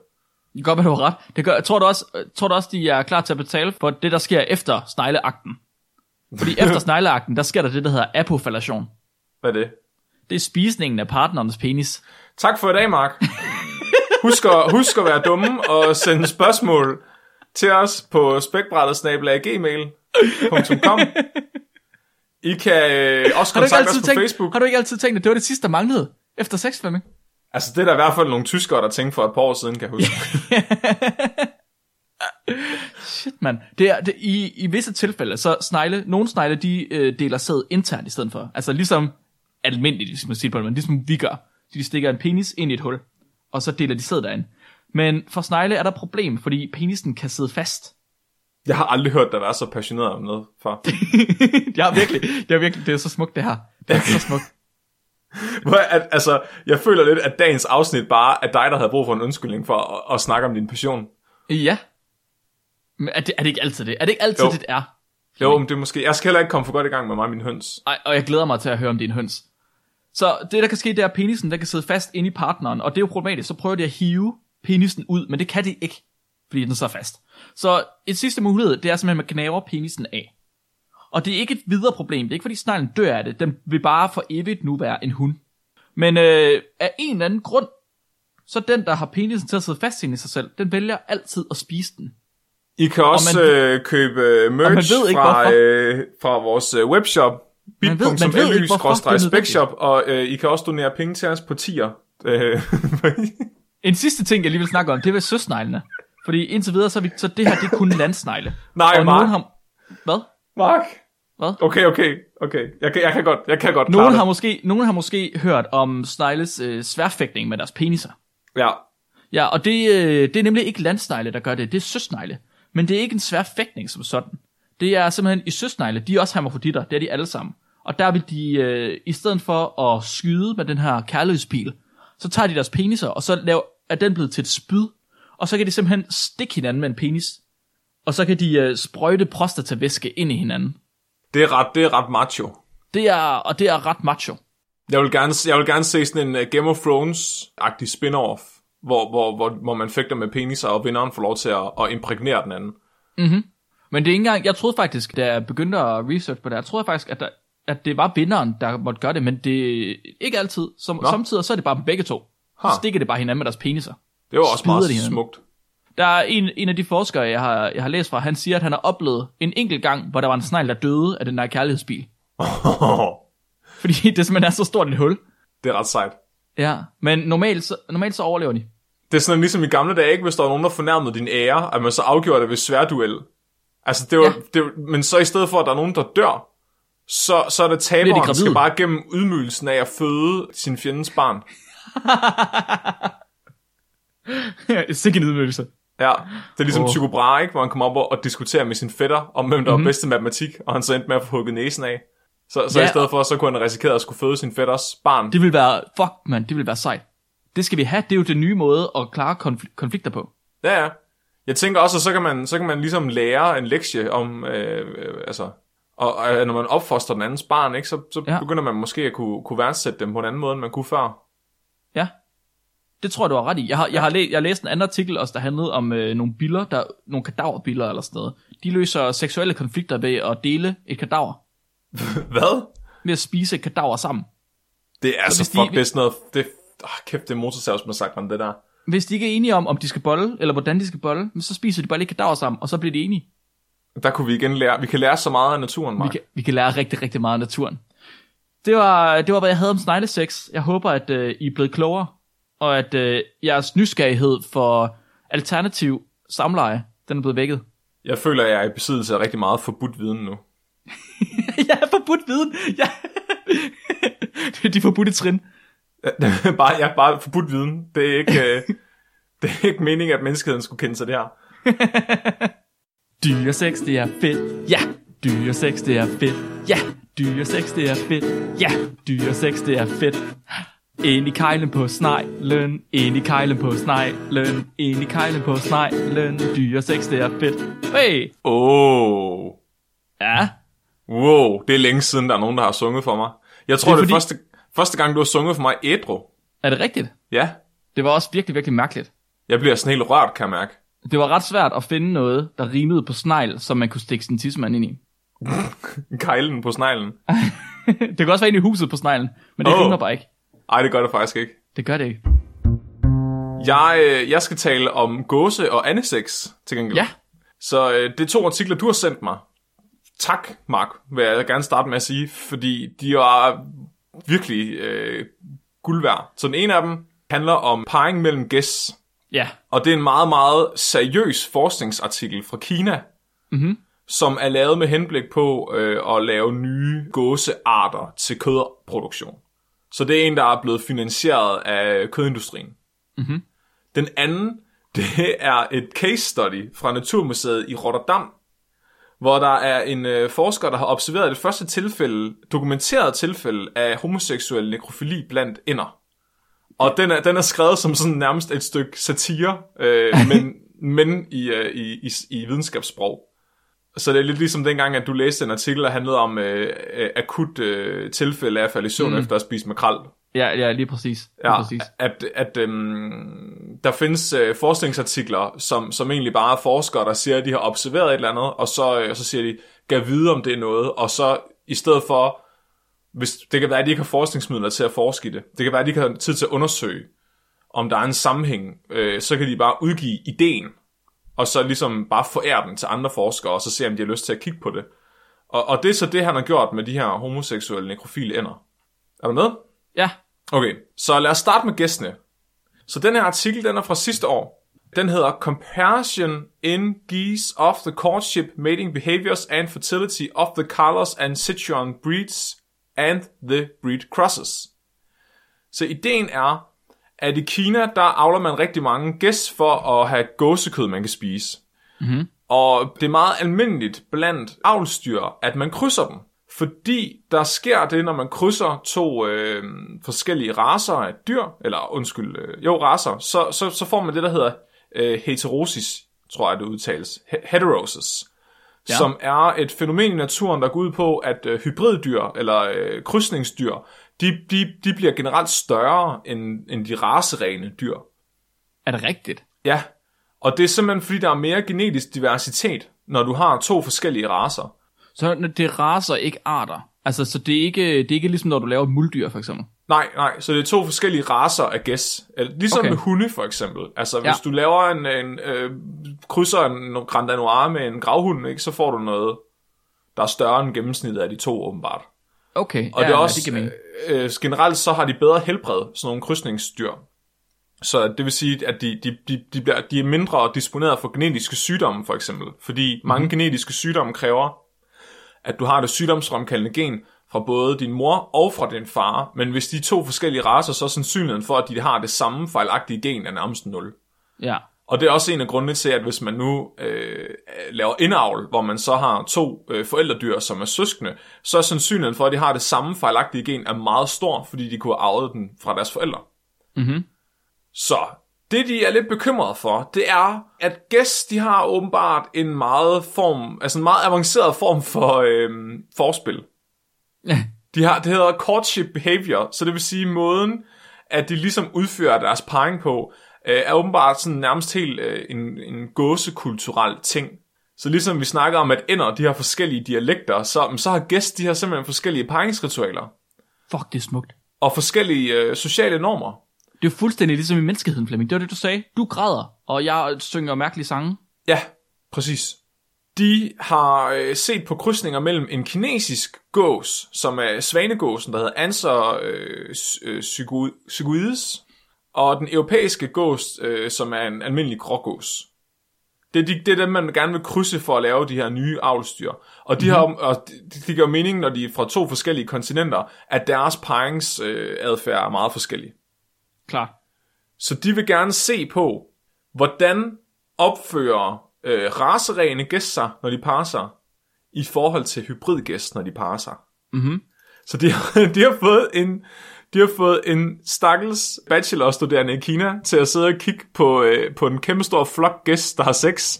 B: Det gør, at du har ret. Det gør, jeg tror du også, øh, tror du også, de er klar til at betale for det, der sker efter snegleakten? Fordi efter snegleakten, der sker der det, der hedder apofallation.
A: Hvad er det?
B: Det er spisningen af partnerens penis.
A: Tak for i dag, Mark. Husk at, husk at være dumme og sende spørgsmål til os på spækbrættet-gmail.com I kan øh, også
B: Har du,
A: kontakte os
B: ikke altid
A: på
B: tænkt,
A: Facebook.
B: har du ikke altid tænkt, at det var det sidste, der manglede? Efter sex, Flemming?
A: Altså, det er der i hvert fald nogle tyskere, der tænkte for et par år siden, kan jeg huske.
B: Shit, mand. Det er, det, i, I visse tilfælde, så snegle, nogle snegle, de øh, deler sæd internt i stedet for. Altså ligesom almindeligt, hvis man siger det på det, men ligesom vi gør. De stikker en penis ind i et hul, og så deler de sæd derinde. Men for snegle er der et problem, fordi penisen kan sidde fast.
A: Jeg har aldrig hørt dig være så passioneret om noget før.
B: det er virkelig, det er virkelig, det er så smukt det her. Det er så smukt.
A: Hvor at, altså, jeg føler lidt, at dagens afsnit bare er dig, der havde brug for en undskyldning for at, at snakke om din passion.
B: Ja. Men er det, er det ikke altid det? Er det ikke altid
A: Jo.
B: jo. det, det er?
A: Jo,
B: Mm.
A: men det er måske... Jeg skal heller ikke komme for godt i gang med mig og min høns.
B: Ej, og jeg glæder mig til at høre om din høns. Så det, der kan ske, det er, at penisen der kan sidde fast inde i partneren, og det er jo problematisk. Så prøver de at hive penisen ud, men det kan de ikke, fordi den sidder fast. Så et sidste mulighed, det er simpelthen, at man gnaver penisen af. Og det er ikke et videre problem. Det er ikke, fordi sneglen dør af det. Den vil bare for evigt nu være en hund. Men øh, af en eller anden grund, så den, der har penisen til at sidde fast inde i sig selv, den vælger altid at spise den.
A: I kan også
B: man-
A: øh, købe øh, merch
B: man ved ikke,
A: fra,
B: hvorfor.
A: øh, fra vores øh, webshop,
B: Man ved- man ved ikke, hvorfor det er
A: bit.ly-specshop, og øh, I kan også donere penge til os på tier. Øh,
B: En sidste ting, jeg lige vil snakke om, det er ved søsneglene. Fordi indtil videre, så, er vi, så det her, det er kun landsnegle.
A: Nej,
B: og
A: Mark.
B: nogen har, Hvad?
A: Mark?
B: Hvad?
A: Okay, okay, okay. Jeg kan, jeg kan godt, jeg kan godt klare
B: Nogen
A: det.
B: har, måske, nogen har måske hørt om snegles øh, sværfægtning med deres peniser.
A: Ja,
B: Ja, og det, øh, det er nemlig ikke landsnegle, der gør det, det er søsnegle. Men det er ikke en svær fægtning som sådan. Det er simpelthen i søsnegle, de er også hermafroditter, det er de alle sammen. Og der vil de, øh, i stedet for at skyde med den her kærlighedspil, så tager de deres peniser, og så laver, er den blevet til et spyd, og så kan de simpelthen stikke hinanden med en penis, og så kan de øh, sprøjte prostatavæske ind i hinanden.
A: det er ret, det er ret macho.
B: Det er, og det er ret macho.
A: Jeg vil gerne, jeg vil gerne se sådan en uh, Game of Thrones-agtig spin-off, hvor, hvor, hvor, hvor man fægter med peniser, og vinderen får lov til at, at impregnere den anden.
B: Men det er ikke engang, jeg troede faktisk, da jeg begyndte at research på det, jeg troede faktisk, at, der, at det var vinderen, der måtte gøre det, men det er ikke altid. Som, samtidig så er det bare dem begge to.
A: Ha.
B: Så stikker det bare hinanden med deres peniser.
A: Det var også
B: Spider
A: meget
B: de hinanden.
A: smukt.
B: Der er en, en af de forskere, jeg har, jeg har læst fra, han siger, at han har oplevet en enkelt gang, hvor der var en snegl, der døde af den der kærlighedsbil. Fordi det simpelthen er så stort et hul.
A: det er ret sejt.
B: Ja, men normalt så, normalt så overlever de.
A: Det er sådan ligesom i gamle dage, ikke? hvis der var nogen, der fornærmede din ære, at man så afgjorde det ved sværduel. Altså, det var, ja.
B: Ja.
A: det, var- men så i stedet for, at der er nogen, der dør, så, så er det
B: Bliver
A: taberen,
B: de
A: der
B: gravide?
A: skal bare gennem ydmygelsen af at føde sin fjendens barn.
B: Sikke en ydmygelse.
A: Ja, det er ligesom oh.
B: Åh. Mhm.
A: Tycho Brahe, ikke? hvor han kom op og, og diskuterer med sin fætter om, hvem der mm-hmm. var bedst til matematik, og han så endte med at få hugget næsen af. Så, så ja,
B: Ja,
A: i stedet for, så kunne han risikere at skulle føde sin fætters barn.
B: Det vil være, fuck mand, det vil være sejt. Det skal vi have, det er jo den nye måde at klare konfl- konflikter på.
A: Ja, ja. Jeg tænker også, at så kan man, så kan man ligesom lære en lektie om, øh, øh, altså, og, og når man opfoster den andens barn, ikke, så, så ja.
B: Ja.
A: begynder man måske at kunne, kunne værdsætte dem på en anden måde, end man kunne før.
B: Ja. Det tror jeg, du har ret i. Jeg har, jeg har, læ- jeg har læst en anden artikel også, der handlede om øh, nogle biller, der, nogle kadaverbiller eller sådan noget. De løser seksuelle konflikter ved at dele et kadaver.
A: Hvad?
B: Ved at spise et kadaver sammen.
A: Det er så,
B: hvis
A: så fuck,
B: de-
A: det er sådan noget, det, oh, kæft, det er motorsavsmassakren, det der.
B: Hvis de ikke er enige om, om de skal bolle, eller hvordan de skal bolle, så spiser de bare lidt kadaver sammen, og så bliver de enige.
A: Der kunne vi igen lære, vi kan lære så meget af naturen,
B: Vi
A: Mark.
B: kan, vi kan lære rigtig, rigtig meget af naturen. Det var, det var, hvad jeg havde om snegleseks. Jeg håber, at øh, I er blevet klogere, og at øh, jeres nysgerrighed for alternativ samleje, den er blevet vækket.
A: Jeg føler, at jeg er i besiddelse af rigtig meget forbudt viden nu.
B: jeg er forbudt viden. Jeg... Det er de forbudte trin.
A: bare, jeg er bare forbudt viden. Det er ikke, øh, det er ikke meningen, at menneskeheden skulle kende sig det her.
B: Dyre sex, det er fedt. Ja. Dyre sex, det er fedt. Ja. Dyre sex, det er fedt. Ja. Dyre sex, det er fedt. Ind i kejlen på sneglen, ind i kejlen på sneglen, ind i kejlen på sneglen. Dyre sex, det er fedt. Hey!
A: Oh.
B: Ja,
A: Wow, det er længe siden, der er nogen, der har sunget for mig. Jeg tror,
B: Det
A: det
B: er
A: er,
B: fordi-
A: første, første gang, du har sunget for mig ædru.
B: er det rigtigt?
A: Ja,
B: Det var også virkelig, virkelig mærkeligt.
A: jeg bliver sådan helt rørt, kan jeg mærke.
B: Det var ret svært at finde noget, der rimede på snegl, som man kunne stikke sin tidsmand ind i.
A: Kejlen på sneglen.
B: det kan også være inde i huset på sneglen, men det
A: Åh.
B: rimer bare ikke.
A: Ej, det gør det faktisk ikke.
B: Det gør det ikke.
A: Jeg, øh, jeg skal tale om gåse og anesex til gengæld.
B: Ja,
A: Så øh, det er to artikler, du har sendt mig. Tak, Mark, vil jeg gerne starte med at sige, fordi de var virkelig øh, guld værd. Så den ene af dem handler om parring mellem gæs,
B: ja,
A: og det er en meget, meget seriøs forskningsartikel fra Kina, mm-hmm. som er lavet med henblik på øh, at lave nye gåsearter til kødproduktion. Så det er en, der er blevet finansieret af kødindustrien. Mm-hmm. Den anden, det er et case study fra Naturmuseet i Rotterdam, hvor der er en øh, forsker, der har observeret det første tilfælde, dokumenteret tilfælde af homoseksuel nekrofili blandt ender. Og den er, den er skrevet som sådan nærmest et stykke satire, øh, men, men i, øh, i, i, i videnskabssprog. Så det er lidt ligesom dengang, at du læste en artikel, der handlede om øh, øh, akut øh, tilfælde af at falde i søvn mm. efter at spise makrel.
B: ja, ja lige præcis. Lige
A: Ja,
B: præcis.
A: at, at øhm, der findes øh, forskningsartikler, som, som egentlig bare er forskere, der siger, at de har observeret et eller andet, og så, øh, så siger de, gav vide om det er noget, og så i stedet for, hvis, det kan være, at de ikke har forskningsmidler til at forske i det, det kan være, at de ikke har tid til at undersøge, om der er en sammenhæng, øh, så kan de bare udgive ideen, og så ligesom bare forære den til andre forskere, og så se, om de har lyst til at kigge på det. Og, og det er så det, han har gjort med de her homoseksuelle nekrofile ender. Er du med?
B: Ja,
A: Okay, så lad os starte med gæstene. Så den her artikel, den er fra sidste år. Den hedder Comparison in Geese of the Courtship, Mating Behaviors and Fertility of the Carlos and Sichuan Breeds and the Breed Crosses. Så ideen er, at i Kina, der avler man rigtig mange gæs for at have gåsekød, man kan spise. Og det er meget almindeligt blandt avlsdyr, at man krydser dem. Fordi der sker det, når man krydser to øh, forskellige raser af dyr, eller undskyld, øh, jo raser, så, så, så får man det, der hedder øh, heterosis, tror jeg det udtales, He- heterosis, ja. som er et fænomen i naturen, der går ud på, at øh, hybriddyr, eller øh, krydsningsdyr, de, de, de bliver generelt større end, end de raserene dyr.
B: er det rigtigt?
A: Ja, og det er simpelthen fordi, der er mere genetisk diversitet, når du har to forskellige raser.
B: Så når det raser ikke arter. Altså, så det er ikke, det er ikke ligesom, når du laver et muldyr, for eksempel.
A: Nej, nej, så det er to forskellige raser af gæs. Eller Ligesom okay.
B: Okay.
A: med hunde for eksempel. Altså hvis
B: Ja.
A: du laver en, en øh, krydser en Grand Danois med en gravhund, ikke, så får du noget, der er større end gennemsnittet af de to åbenbart.
B: Okay,
A: Og ja, det er også,
B: det giver mening.
A: øh, øh, generelt så har de bedre helbred, sådan nogle krydsningsdyr. Så det vil sige, at de, de, de, de, bliver, de er mindre disponeret for genetiske sygdomme, for eksempel. Fordi mm-hmm.
B: Mhm.
A: mange genetiske sygdomme kræver, at du har det sygdomsfremkaldende gen fra både din mor og fra din far. Men hvis de er to forskellige raser, så er sandsynligheden for, at de har det samme fejlagtige gen, er nærmest nul.
B: Ja,
A: Og det er også en af grundene til, at hvis man nu øh, laver indavl, hvor man så har to øh, forældredyr, som er søskende, så er sandsynligheden for, at de har det samme fejlagtige gen, er meget stor, fordi de kunne have arvet den fra deres forældre. Mm-hmm. Så det, de er lidt bekymrede for, det er, at gæs, de har åbenbart en meget form, altså en meget avanceret form for øh, forspil. De har, det hedder courtship behavior, så det vil sige måden, at de ligesom udfører deres parring på, øh, er åbenbart sådan nærmest helt øh, en, en gåsekulturel ting. Så ligesom vi snakker om, at ender de har forskellige dialekter, så, men så har gæst de har simpelthen forskellige parringsritualer
B: fuck, det er smukt.
A: og forskellige øh, sociale normer.
B: Det er jo fuldstændig ligesom i menneskeheden, Flemming. Det var det, du sagde. Du græder, og jeg synger mærkelige sange.
A: Ja, præcis. De har øh, set på krydsninger mellem en kinesisk gås, som er svanegåsen, der hedder Anser øh, sy- øh, psycho- psychoides, og den europæiske gås, øh, som er en almindelig grågås. Det er, de, det er dem, man gerne vil krydse for at lave de her nye avlsdyr. Og de mm-hmm. har, og det, det giver mening, når de er fra to forskellige kontinenter, at deres paringsadfærd øh, adfærd er meget forskellig.
B: Klart.
A: Så de vil gerne se på, hvordan opfører øh, raserene gæst sig, når de parer sig, i forhold til hybridgæst, når de parer sig.
B: Mhm.
A: Så de har, de har fået en, De har fået en stakkels bachelorstuderende i Kina til at sidde og kigge på, øh, på en kæmpe stor flok gæst, der har sex.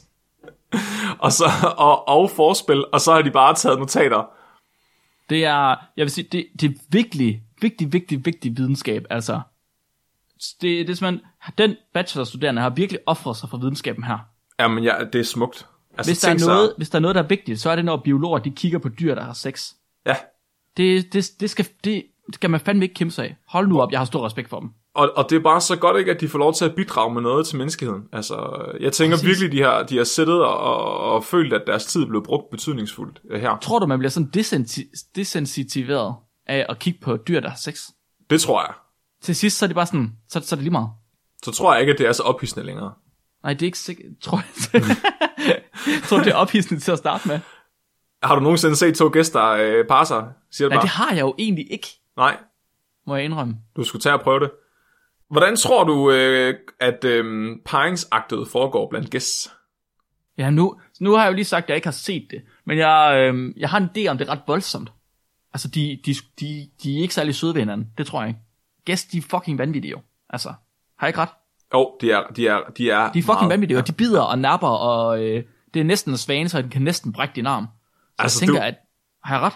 A: og, så, og, og forspil, og så har de bare taget notater.
B: Det er, jeg vil sige, det, det er virkelig, vigtig, vigtig, vigtig videnskab, altså. Det, det er simpelthen, den bachelorstuderende har virkelig offret sig for videnskaben her.
A: Jamen, ja, det er smukt. Altså,
B: Hvis der,
A: tænk
B: er
A: sig-
B: noget, hvis der er noget, der er vigtigt, så er det, når biologer de kigger på dyr, der har sex.
A: Ja,
B: Det, det, det, skal, det skal man fandme ikke kæmpe sig af. Hold nu op, jeg har stor respekt for dem.
A: og, og det er bare så godt ikke, at de får lov til at bidrage med noget til menneskeheden. Altså, jeg tænker
B: Præcis.
A: virkelig, de har, de har siddet og, og, og følt, at deres tid blev brugt betydningsfuldt øh, her.
B: Tror du, man bliver sådan desensiti- desensitiveret af at kigge på dyr, der har sex?
A: Det tror jeg.
B: Til sidst, så er det bare sådan, så, så er det lige meget.
A: Så tror jeg ikke, at det er så ophidsende længere.
B: Nej, det er ikke sikkert. Tror jeg, tror du, det er ophidsende til at starte med?
A: Har du nogensinde set to gæster øh, parre sig? Siger det
B: Nej,
A: bare.
B: det har jeg jo egentlig ikke,
A: Nej,
B: må jeg indrømme.
A: du skulle tage og prøve det. Hvordan tror du, øh, at øh, paringsaktet foregår blandt gæst?
B: Ja, nu, nu har jeg jo lige sagt, at jeg ikke har set det, men jeg, øhm, jeg har en idé om, det er ret voldsomt. Altså, de, de, de, de er ikke særlig søde ved hinanden, det tror jeg ikke. Gæst, de er fucking vanvittige jo. Altså, har jeg ikke ret?
A: Jo, de er, de er, de er,
B: De er fucking
A: meget-
B: vanvittige, og de bider og napper, og øh, det er næsten en svane, så den kan næsten brække din arm. Så altså,
A: Altså,
B: jeg tænker,
A: du-
B: at har jeg ret?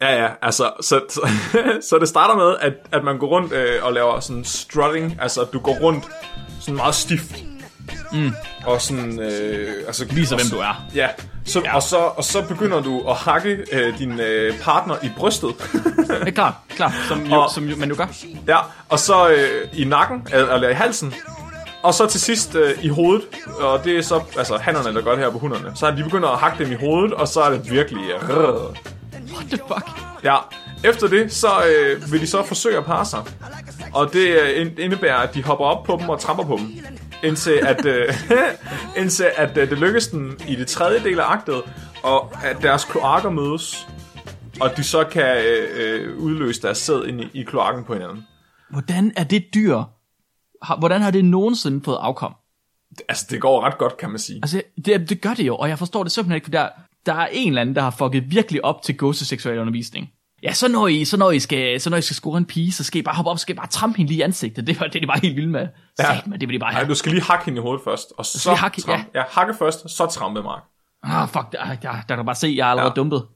A: Ja, ja, altså, så, så, så det starter med, at, at man går rundt øh, og laver sådan strutting, altså at du går rundt sådan meget stift. Mm. Og sådan, øh, altså...
B: Viser,
A: og
B: hvem
A: så-
B: du er.
A: Ja, så, ja. Og, så, og så begynder du at hakke øh, din øh, partner i brystet.
B: Ja, klart, klart, som, jo,
A: Og-
B: som jo, man jo gør.
A: ja, og så øh, i nakken, øh, eller i halsen. Og så til sidst øh, i hovedet, og det er så, altså hannerne, der gør det her på hunderne. Så de begynder at hakke dem i hovedet, og så er det virkelig... Øh,
B: What the fuck?
A: Ja, efter det, så øh, vil de så forsøge at parre sig. Og det øh, ind- indebærer, at de hopper op på dem og tramper på dem. Indtil at, øh, indtil at øh, det lykkes den i det tredje del af aktet, og at deres kloakker mødes, og de så kan øh, øh, udløse deres sæd ind i, i kloakken på hinanden.
B: Hvordan er det dyr? Har, hvordan har det nogensinde fået afkom?
A: Altså, det går ret godt, kan man sige.
B: Altså, det, det gør det jo, og jeg forstår det simpelthen ikke, for der, der er en eller anden, der har fucket virkelig op til gåseseksuel undervisning. Ja, så når, I, så, når I skal, så når I skal score en pige, så skal I bare hoppe op, så skal I bare trampe hende lige i ansigtet. Det var det, de var helt vilde med. Ja. Sat, det vil de bare
A: Nej,
B: have.
A: du skal lige hakke hende i hovedet først, og så
B: lige hakke-
A: trampe. Ja. ja, hakke først, så trampe, Mark.
B: Ah, fuck, der, der, der kan du bare se, jeg er allerede
A: Ja.
B: ja. dumpet.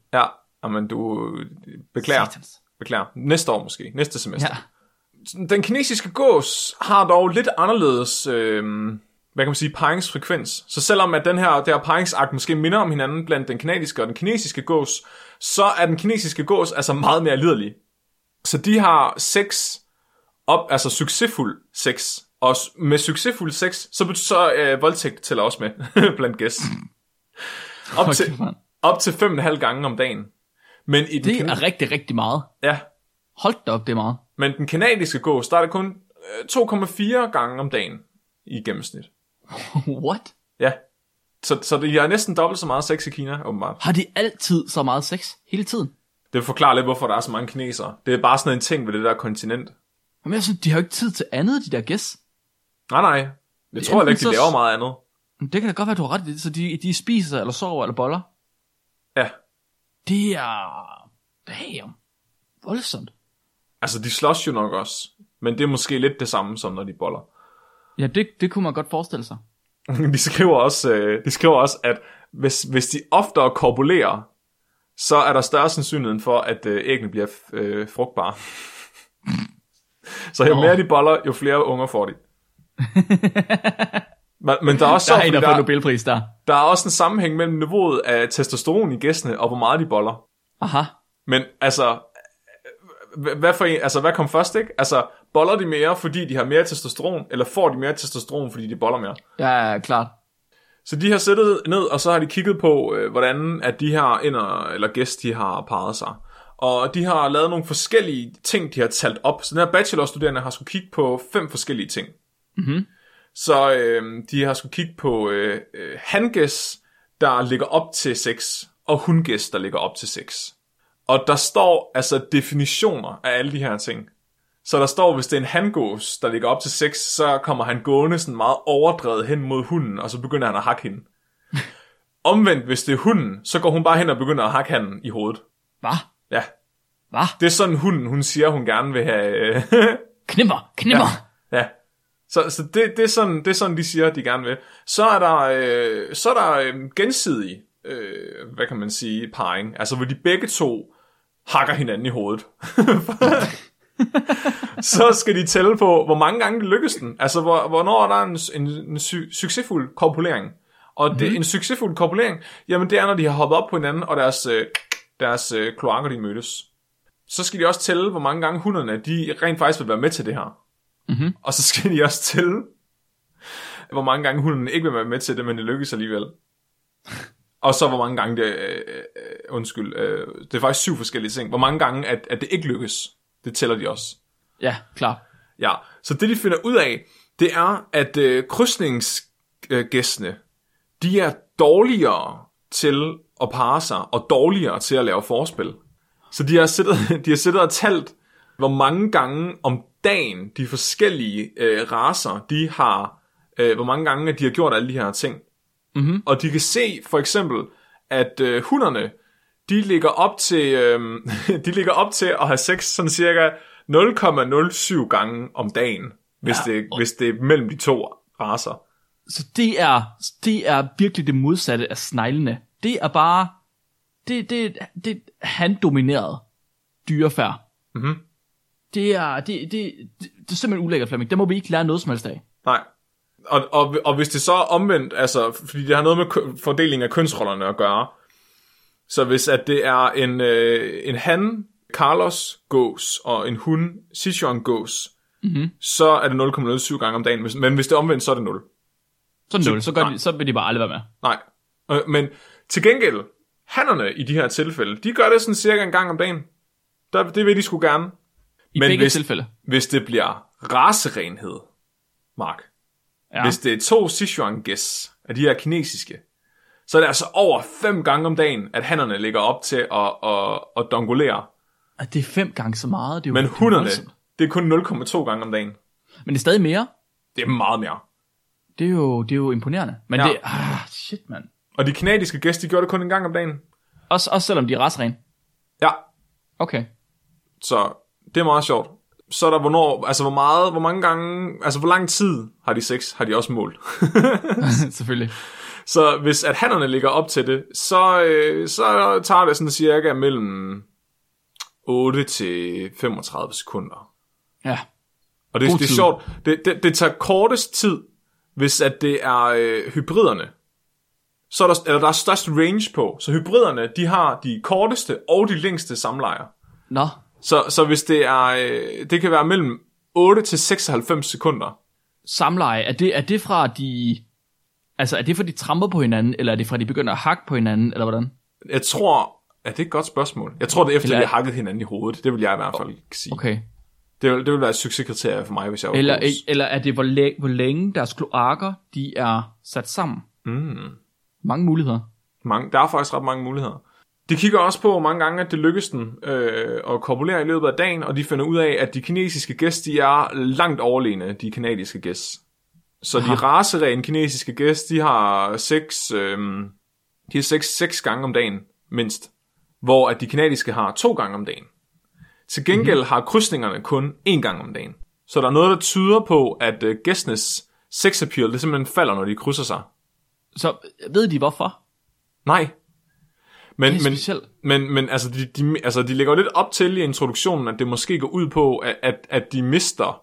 A: Ja, men du... øh, Beklager.
B: Satans.
A: Beklager. Næste år måske. Næste semester.
B: Ja.
A: Den kinesiske gås har dog lidt anderledes, øh, hvad kan man sige, paringsfrekvens. Så selvom at den her, det her paringsakt måske minder om hinanden blandt den kanadiske og den kinesiske gås, så er den kinesiske gås altså meget mere liderlig. Så de har sex op, altså succesfuld sex. Og s- med succesfuld sex, så betyder så, øh, voldtægt tæller også med blandt gæst. Op
B: Fuck,
A: til,
B: mand.
A: op til fem og en halv gange om dagen. Men i den
B: Det
A: kana-
B: er rigtig, rigtig meget.
A: ja,
B: Hold da op, det er meget.
A: men den kanadiske gås, der er det kun øh, 2,4 gange om dagen i gennemsnit.
B: What?
A: Ja. Så, så det er næsten dobbelt så meget sex i Kina, åbenbart.
B: Har de altid så meget sex? Hele tiden?
A: Det forklarer lidt, hvorfor der er så mange kinesere. Det er bare sådan en ting ved det der kontinent.
B: Men jeg synes, de har jo ikke tid til andet, de der gæs.
A: Nej, nej. Jeg tror heller ikke, de
B: enten så-
A: laver meget andet.
B: Men Det kan da godt være, du har ret i det. Så de, de spiser, eller sover, eller boller.
A: Ja.
B: Det er... Damn. Voldsomt.
A: Altså, de slås jo nok også. Men det er måske lidt det samme, som når de boller.
B: Ja, det, det kunne man godt forestille sig.
A: De skriver også, øh, de skriver også at hvis, hvis de oftere korpulerer, så er der større sandsynlighed for, at øh, æggene bliver øh, frugtbare. så jo
B: Nå.
A: mere de boller, jo flere unger får de. Men- Men der er, også
B: Så der
A: sjovt,
B: er en,
A: fordi
B: der
A: der,
B: får
A: der,
B: Nobelpris der.
A: der er også en sammenhæng mellem niveauet af testosteron i gæstene og hvor meget de boller.
B: Aha.
A: Men altså, hva- hvad, for en, altså, hvad kom først, ikke? Altså, boller de mere, fordi de har mere testosteron, eller får de mere testosteron, fordi de boller mere?
B: Ja, klart.
A: Så de har siddet ned, og så har de kigget på, øh, hvordan at de her ender, eller gæst, de har parret sig. Og de har lavet nogle forskellige ting, de har talt op. Så den her bachelorstuderende har skulle kigge på fem forskellige ting. Mm-hmm. Så øh, de har skulle kigge på øh, øh, hangæs, der ligger op til 6, og hundgæs, der ligger op til 6. Og der står altså definitioner af alle de her ting. Så der står, hvis det er en handgås, der ligger op til 6, så kommer han gående sådan meget overdrevet hen mod hunden, og så begynder han at hakke hende. Omvendt, hvis det er hunden, så går hun bare hen og begynder at hakke handen i hovedet.
B: Hva?
A: Ja.
B: Hvad?
A: Det er sådan hunden, hun siger, hun gerne vil have... Øh,
B: Knipper, knipper. Ja.
A: ja. Så, så det, det, er sådan, det er sådan, de siger, de gerne vil. Så er der, øh, så er der øh, gensidig, øh, hvad kan man sige, parring. Altså, hvor de begge to hakker hinanden i hovedet. så skal de tælle på, hvor mange gange det lykkes den. Altså, hvor, hvornår er der en, en, en su- succesfuld kopulering. Og det, mm. en succesfuld kopulering, jamen det er, når de har hoppet op på hinanden, og deres, øh, deres øh, kloakker, de mødtes. Så skal de også tælle, hvor mange gange hunderne, de rent faktisk vil være med til det her. Mm-hmm. Og så skal de også tælle, hvor mange gange hunden ikke vil være med til det, men det lykkes alligevel. Og så hvor mange gange det, øh, øh, undskyld, øh, det er faktisk syv forskellige ting, hvor mange gange, at, at det ikke lykkes. Det tæller de også.
B: ja, klar.
A: Ja, så det de finder ud af, det er, at øh, krydsningsgæstene, de er dårligere til at parre sig, og dårligere til at lave forspil. Så de har siddet, de har siddet og talt, hvor mange gange om dagen de forskellige øh, raser, de har, øh, hvor mange gange at de har gjort alle de her ting. Mm-hmm. Og de kan se for eksempel, at øh, hunderne, de ligger op til øh, de ligger op til at have sex sådan cirka 0,07 gange om dagen, hvis,
B: Ja,
A: ja, det,
B: og-
A: hvis det er mellem de to raser.
B: Så det er, det er virkelig det modsatte af sneglene. Det er bare, det, det, det er handdomineret dyrefærd. Mm-hmm. Det er, det, det, det, det er simpelthen ulækkert, Flemming. Der må vi ikke lære noget som helst af.
A: Nej. Og, og, og hvis det så er omvendt, altså, fordi det har noget med kø- fordelingen af kønsrollerne at gøre, så hvis at det er en, øh, en han, Carlos gås, og en hun, Sichuan gås, mm-hmm. så er det 0,07 gange om dagen, Hvis- men hvis det er omvendt, så er det 0.
B: Så nul, så, gør
A: nej.
B: de, så vil de bare aldrig være med.
A: Nej. Øh, men til gengæld, hannerne i de her tilfælde, de gør det sådan cirka en gang om dagen. Der, det vil de sgu gerne.
B: I
A: Men
B: begge
A: hvis-
B: tilfælde.
A: Hvis det bliver racerenhed, Mark,
B: Ja.
A: Hvis det er to Sichuan gæs af de her kinesiske, så er det altså over fem gange om dagen, at hannerne ligger op til at, at, at dongolere.
B: At det er fem gange så meget. Det er jo
A: Men
B: det er voldsomt.
A: hunderne, det er kun 0,2 gange om dagen.
B: Men det er stadig mere.
A: Det er meget mere.
B: Det er jo, det er jo imponerende. Men
A: Ja.
B: ja. det, ah, shit, mand.
A: Og de kanadiske gæs, de gjorde det kun en gang om dagen.
B: Også, også selvom de er retsrene.
A: Ja,
B: Okay.
A: så det er meget sjovt. Så er der hvornår, altså hvor meget, hvor mange gange, altså hvor lang tid har de sex, har de også målt.
B: Selvfølgelig.
A: Så hvis at hannerne ligger op til det, så, øh, så tager det sådan cirka mellem 8 til 35 sekunder.
B: Ja.
A: Og det,
B: God
A: det er
B: tid.
A: sjovt, det, det, det tager kortest tid, hvis at det er øh, hybriderne. Så er der, eller der er størst range på. Så hybriderne, de har de korteste og de længste samlejer.
B: Nå.
A: Så, så hvis det er, øh, det kan være mellem 8 til 96 sekunder.
B: Samleje, er det, er det fra de... Altså, er det fra de tramper på hinanden, eller er det fra de begynder at hakke på hinanden, eller hvordan?
A: Jeg tror, er det et godt spørgsmål? Jeg tror, det er efter,
B: Eller-
A: at vi har hakket hinanden i hovedet. Det vil jeg i hvert fald sige.
B: Okay.
A: Det, vil, det vil være et succeskriterie for mig, hvis jeg var
B: Eller,
A: coach.
B: eller er det, hvor, læ- hvor længe deres kloakker, de er sat sammen? Mm. Mange muligheder.
A: mange, Der er faktisk ret mange muligheder. De kigger også på, hvor mange gange at det lykkes den øh, at kopulere i løbet af dagen, og de finder ud af, at de kinesiske gæs, de er langt overlegne de kanadiske gæs. Så Aha. de raserene kinesiske gæs, de har seks, øh, de har seks, seks gange om dagen, mindst. Hvor at de kanadiske har to gange om dagen. Til gengæld
B: Mhm.
A: mm-hmm. har krydsningerne kun én gang om dagen. Så der er noget, der tyder på, at øh, gæstenes sex appeal, det simpelthen falder, når de krydser sig.
B: Så ved de hvorfor?
A: Nej. Men,
B: Det er
A: men,
B: specielt.
A: men, men altså, de, de, altså, de lægger jo lidt op til i introduktionen, at det måske går ud på, at, at, at de mister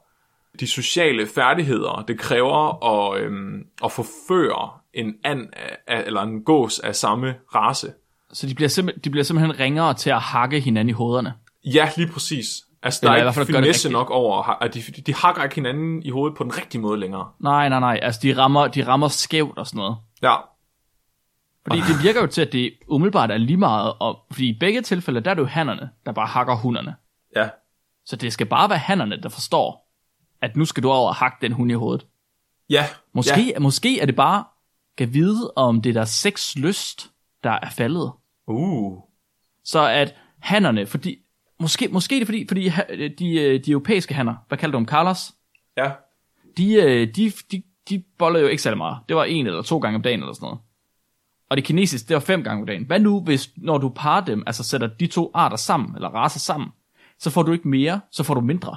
A: de sociale færdigheder, det kræver at, øhm, at forføre en and af- af, eller en gås af samme race.
B: Så de bliver, simpel, de bliver simpelthen ringere til at hakke hinanden i hovederne.
A: Ja, lige præcis. Altså, der
B: Eller i
A: er
B: hvert
A: ikke
B: fald at gøre det
A: finesse
B: rigtigt.
A: nok over, at- at de, de hakker ikke hinanden i hovedet på den rigtige måde længere.
B: Nej, nej, nej. Altså, de rammer, de rammer skævt og sådan noget.
A: Ja,
B: Fordi det virker jo til, at det umiddelbart er lige meget. Og, fordi i begge tilfælde, der er det jo hannerne, der bare hakker hunderne.
A: ja.
B: Så det skal bare være hannerne, der forstår, at nu skal du over og hakke den hund i hovedet.
A: Ja,
B: Måske,
A: Ja.
B: ja. måske er det bare, kan vide, om det er deres sexlyst, der er faldet.
A: Uh.
B: Så at hannerne, fordi, måske, måske er det fordi, fordi ha- de, øh, de europæiske hanner, hvad kalder du dem, Carlos?
A: Ja.
B: de, øh, de, de, de boller jo ikke særlig meget. Det var en eller to gange om dagen eller sådan noget. Og det kinesiske, det var fem gange om dagen. Hvad nu, hvis når du parer dem, altså sætter de to arter sammen, eller raser sammen, så får du ikke mere, så får du mindre.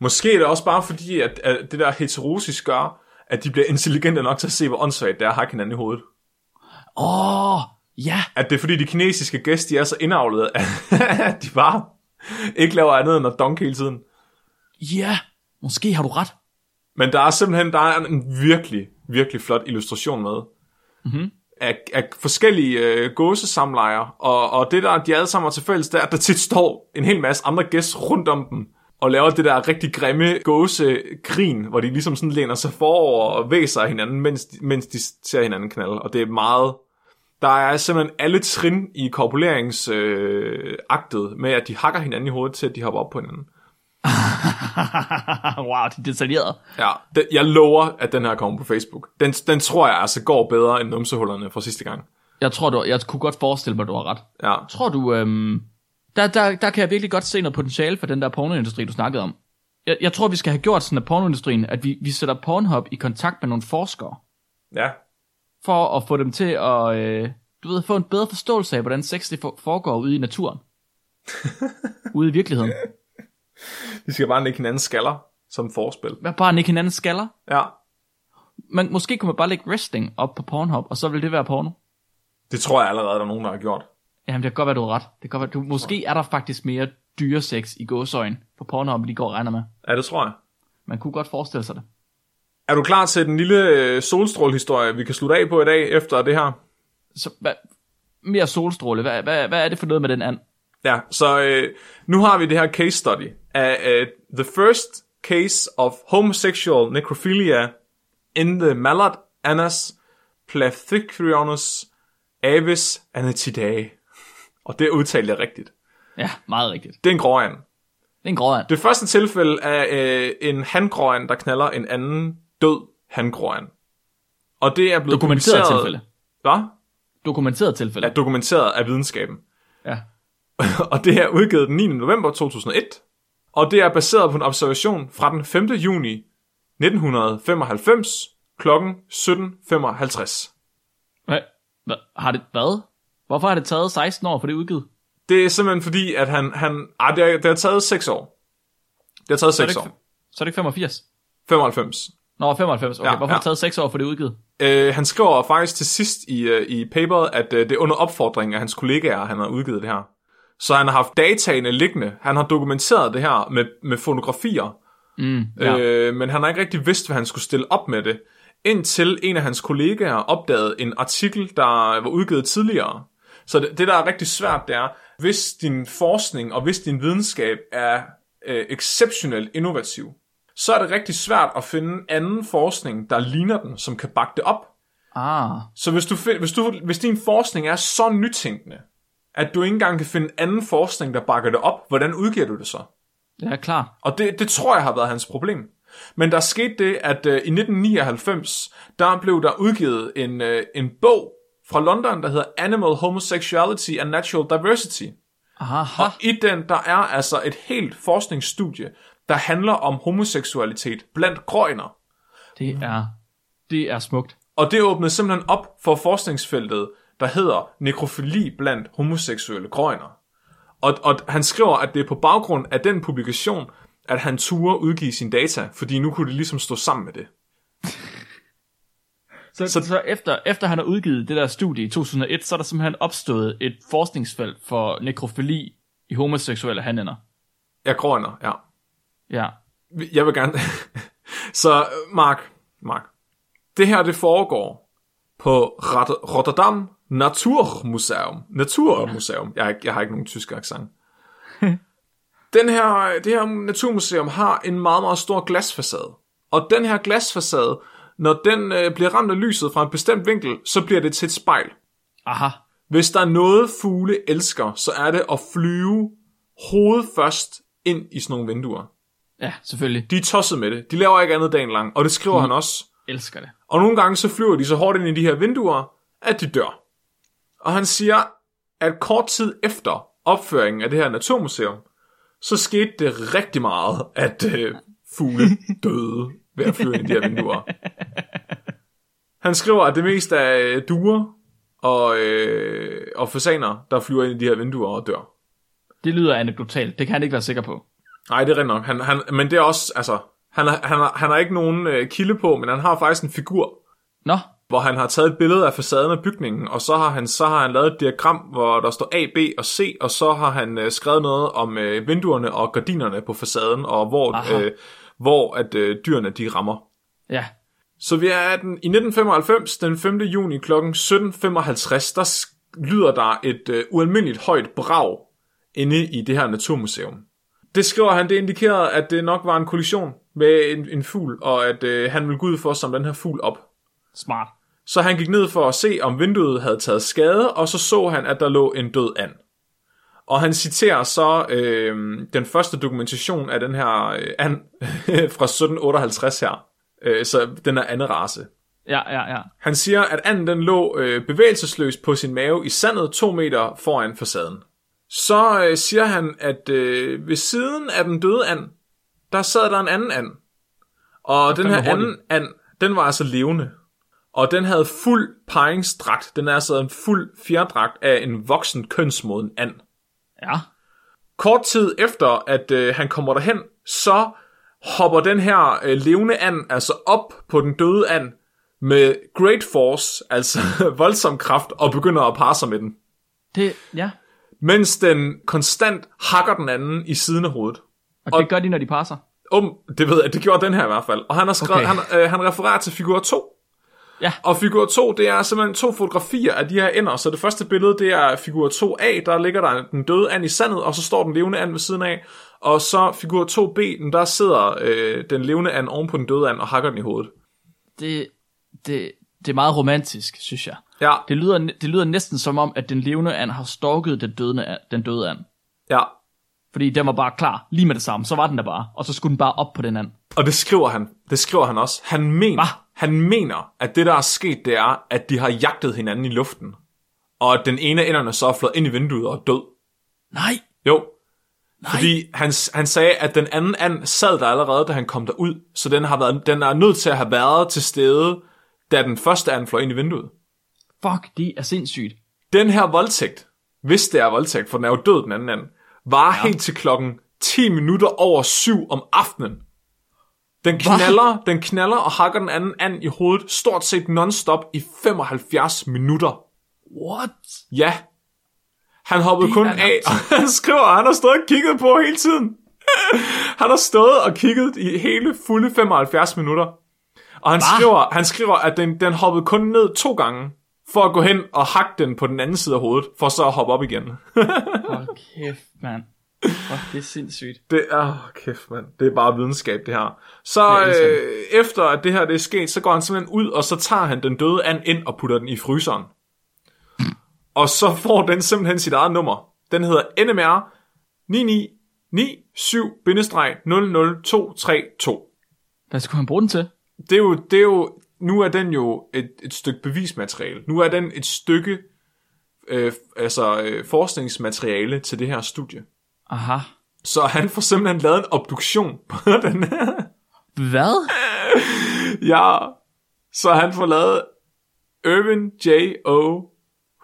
A: Måske er det også bare fordi, at, at det der heterosis gør, at de bliver intelligente nok til at se, hvor åndssvagt det er at hakke hinanden i hovedet.
B: Åh, oh, ja,
A: At det er fordi, de kinesiske gæster, de er så indavlede, at de bare ikke laver andet end at donke hele tiden.
B: ja, måske har du ret.
A: Men der er simpelthen der er en virkelig, virkelig flot illustration med. Mm-hmm. Af, af forskellige øh, gåsesamlejer. Og, og det der, de alle sammen har til fælles, det er, at der tit står en hel masse andre gæster rundt om dem. Og laver det der rigtig grimme gåsegrin, hvor de ligesom sådan læner sig forover og væser af hinanden, mens de, mens de ser hinanden knalde. Og det er meget... Der er simpelthen alle trin i korpuleringsaktet øh, agtet med, at de hakker hinanden i hovedet til, at de hopper op på hinanden.
B: wow, det er detaljeret.
A: Ja, den, jeg lover, at den her kommer på Facebook. Den, den tror jeg altså går bedre end numsehullerne fra sidste gang.
B: Jeg tror, du, jeg kunne godt forestille mig, du har ret.
A: Ja,
B: Tror du, øhm, der, der, der kan jeg virkelig godt se noget potentiale for den der pornoindustri, du snakkede om. Jeg, jeg tror, vi skal have gjort sådan, at pornoindustrien, at vi, vi sætter Pornhub i kontakt med nogle forskere,
A: ja.
B: for at få dem til at, øh, du ved, få en bedre forståelse af, hvordan sex det for- foregår ude i naturen. ude i virkeligheden.
A: De skal bare lægge hinanden skaller som forspil.
B: Hvad bare ikke hinanden skaller?
A: Ja,
B: Men måske kunne man bare lægge wrestling op på Pornhub, og så vil det være porno.
A: det tror jeg allerede, der er nogen, der har gjort.
B: Jamen, det kan godt være, du har ret. Det kan godt være, du, måske er der faktisk mere dyresex i gåsøjen på Pornhub, end de går og regner med.
A: Ja, det tror jeg.
B: Man kunne godt forestille sig det.
A: Er du klar til den lille øh, solstrålehistorie, vi kan slutte af på i dag efter det her?
B: Så, hvad, mere solstråle. Hvad, hvad, hvad er det for noget med den and?
A: Ja, så øh, nu har vi det her case study af øh, The First Case of Homosexual Necrophilia in the Mallat Anas Plathicrionus Avis Anatidae. Og det udtalte jeg rigtigt.
B: Ja, meget rigtigt.
A: Det er en gråand.
B: Det er en grå and.
A: Det første tilfælde er øh, en handgråand, der knaller en anden død handgråand. Og det er blevet
B: Dokumenteret
A: publiceret-
B: tilfælde.
A: Hvad?
B: Dokumenteret tilfælde.
A: Ja, dokumenteret af videnskaben.
B: Ja.
A: og det er udgivet den 9. november 2001, og det er baseret på en observation fra den 5. juni 1995 kl. 17.55.
B: Hvad, hvad, har det hvad? Hvorfor har det taget 16 år for det er udgivet?
A: Det er simpelthen fordi, at han... han ah, det, har, det har taget 6 år. Det har taget
B: Så er
A: 6
B: det, ikke,
A: år.
B: så er det ikke 85.
A: 95.
B: Nå, 95. Okay,
A: Ja,
B: ja, hvorfor har
A: ja.
B: det taget 6 år for det er udgivet?
A: Øh, han skriver faktisk til sidst i, øh, i paperet, at øh, det er under opfordring af hans kollegaer, at han har udgivet det her. Så han har haft dataene liggende. Han har dokumenteret det her med, med fotografier.
B: Mm, ja.
A: Ja. Øh, men han har ikke rigtig vidst, hvad han skulle stille op med det, indtil en af hans kollegaer opdagede en artikel, der var udgivet tidligere. Så det, det der er rigtig svært, det er, hvis din forskning og hvis din videnskab er øh, exceptionelt innovativ, så er det rigtig svært at finde anden forskning, der ligner den, som kan bakke det op.
B: Ah,
A: Så hvis, du, find- hvis, du, hvis din forskning er så nytænkende, at du ikke engang kan finde anden forskning, der bakker det op, hvordan udgiver du det så?
B: ja, klart.
A: Og det, det tror jeg har været hans problem. Men der skete det, at øh, i 1999, der blev der udgivet en, øh, en bog fra London, der hedder Animal Homosexuality and Natural Diversity.
B: Aha.
A: Og i den, der er altså et helt forskningsstudie, der handler om homoseksualitet blandt grønner.
B: Det er, det er smukt.
A: Og det åbnede simpelthen op for forskningsfeltet, der hedder nekrofili blandt homoseksuelle grønner. Og, og han skriver, at det er på baggrund af den publikation, at han turde udgive sine data, fordi nu kunne det ligesom stå sammen med det.
B: Så, så, så efter, efter han har udgivet det der studie i 2001, så er der simpelthen opstået et forskningsfelt for nekrofili i homoseksuelle handlænder.
A: Jeg grønner, ja.
B: Ja.
A: Jeg vil gerne... Så Mark, Mark, det her det foregår på Rot- Rotterdam Naturmuseum. Naturmuseum. Jeg har, ikke, jeg har ikke nogen tysk accent. den her, det her naturmuseum har en meget, meget stor glasfacade. Og den her glasfacade, når den øh, bliver ramt af lyset fra en bestemt vinkel, så bliver det til et spejl.
B: Aha.
A: Hvis der er noget, fugle elsker, så er det at flyve hovedet først ind i sådan nogle vinduer.
B: Ja, selvfølgelig.
A: De er tosset med det. De laver ikke andet dagen lang, og det skriver mm. han også.
B: Elsker det.
A: Og nogle gange så flyver de så hårdt ind i de her vinduer, at de dør. Og han siger, at kort tid efter opføringen af det her naturmuseum, så skete det rigtig meget, at øh, fugle døde ved at flyve ind i de her vinduer. Han skriver, at det mest er øh, duer og, øh, og fasaner, der flyver ind i de her vinduer og dør.
B: Det lyder anekdotalt. Det kan han ikke være sikker på.
A: Nej, det er rigtigt nok. Han, han, men det er også, altså, han, har- han, har- han har ikke nogen øh, kilde på, men han har faktisk en figur,
B: Nå,
A: hvor han har taget et billede af facaden af bygningen, og så har han, så har han lavet et diagram, hvor der står A, B og C, og så har han øh, skrevet noget om øh, vinduerne og gardinerne på facaden, og hvor,
B: Aha.
A: øh, hvor at øh, dyrene de rammer.
B: ja.
A: Så vi er den, i 1995, den 5. juni kl. 17.55, der sk- lyder der et øh, ualmindeligt højt brag inde i det her naturmuseum. Det skriver han, det indikerede, at det nok var en kollision med en, en fugl, og at øh, han ville gå ud for at samle den her fugl op.
B: Smart.
A: Så han gik ned for at se, om vinduet havde taget skade, og så så han, at der lå en død and. Og han citerer så øh, den første dokumentation af den her øh, and fra 1758 her. Øh, så den er anden race.
B: Ja, ja, ja.
A: Han siger, at anden den lå øh, bevægelsesløs på sin mave i sandet to meter foran facaden. Så øh, siger han, at øh, ved siden af den døde and, der sad der en anden and. Og den her
B: fandme hurtigt.
A: anden and, den var altså levende. Og den havde fuld paringsdragt. Den er altså en fuld fjerdragt af en voksen kønsmoden and.
B: Ja.
A: Kort tid efter, at øh, han kommer derhen, så hopper den her øh, levende and altså op på den døde and med great force, altså voldsom kraft, og begynder at parre sig med den.
B: Det, ja.
A: Mens den konstant hakker den anden i siden af hovedet.
B: Og, og det gør de, når de passer.
A: Um, det ved jeg, det gjorde den her i hvert fald. Og han, har skrevet,
B: Okay.
A: okay. han, øh, han refererer til figur 2.
B: Ja.
A: Og figur 2, det er simpelthen to fotografier af de her ender. Så det første billede, det er figur 2a, der ligger der den døde and i sandet, og så står den levende and ved siden af. Og så figur 2b, den der sidder øh, den levende and oven på den døde and og hakker den i hovedet.
B: Det, det, det er meget romantisk, synes jeg.
A: Ja,
B: Det lyder, det lyder næsten som om, at den levende and har stalket den døde, den døde and.
A: ja.
B: Fordi den var bare klar, lige med det samme. Så var den der bare, og så skulle den bare op på den anden.
A: Og det skriver han. Det skriver han også. Han mener,
B: Hva?
A: han mener, at det der er sket, det er, at de har jagtet hinanden i luften. Og at den ene af enderne så er flået ind i vinduet og er død.
B: Nej,
A: Jo. Nej. Fordi han, han sagde, at den anden and sad der allerede, da han kom derud, så den, har været, den er nødt til at have været til stede, da den første and fløj ind i vinduet.
B: fuck, de er sindssygt.
A: Den her voldtægt, hvis det er voldtægt, for den er jo død, den anden and, var ja. helt til klokken 10 minutter over syv om aftenen. Den knaller, den knaller og hakker den anden and i hovedet stort set nonstop i 75 minutter.
B: What?
A: Ja. Han hoppede
B: Det
A: kun
B: er
A: af, og han skriver, at han har stået og kigget på hele tiden. han har stået og kigget i hele fulde 75 minutter. Og han skriver, han skriver, at den, den hoppede kun ned to gange, for at gå hen og hakke den på den anden side af hovedet, for så at hoppe op igen.
B: Hold kæft, mand. Fuck, det er sindssygt.
A: Det er, oh, kæft mand, det er bare videnskab det her. Så
B: Det er
A: øh,
B: sandt.
A: efter at det her det er sket, så går han simpelthen ud, og så tager han den døde and ind og putter den i fryseren. og så får den simpelthen sit eget nummer. Den hedder NMR 9997-00232.
B: Hvad skulle han bruge den til?
A: Det er jo, det er jo, nu er den jo et, et stykke bevismateriale. Nu er den et stykke øh, altså, øh, forskningsmateriale til det her studie.
B: Aha.
A: Så han får simpelthen lavet en obduktion på den her.
B: Hvad?
A: Ja, så han får lavet Irvin J. O.,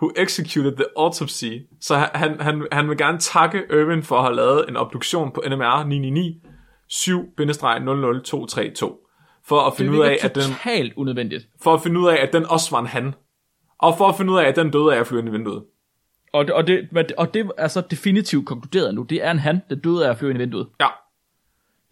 A: who executed the autopsy. Så han- han, han, han vil gerne takke Irvin for at have lavet en obduktion på NMR 999 7-00232 for at
B: Det
A: finde ud af,
B: virker
A: at den,
B: totalt unødvendigt.
A: for at finde ud af, at den også var en han. Og for at finde ud af, at den døde af at flyve ind i vinduet.
B: Og det, og, det, men det- og det er så definitivt konkluderet nu. Det er en han, der døde af at flyve ind i vinduet.
A: Ja,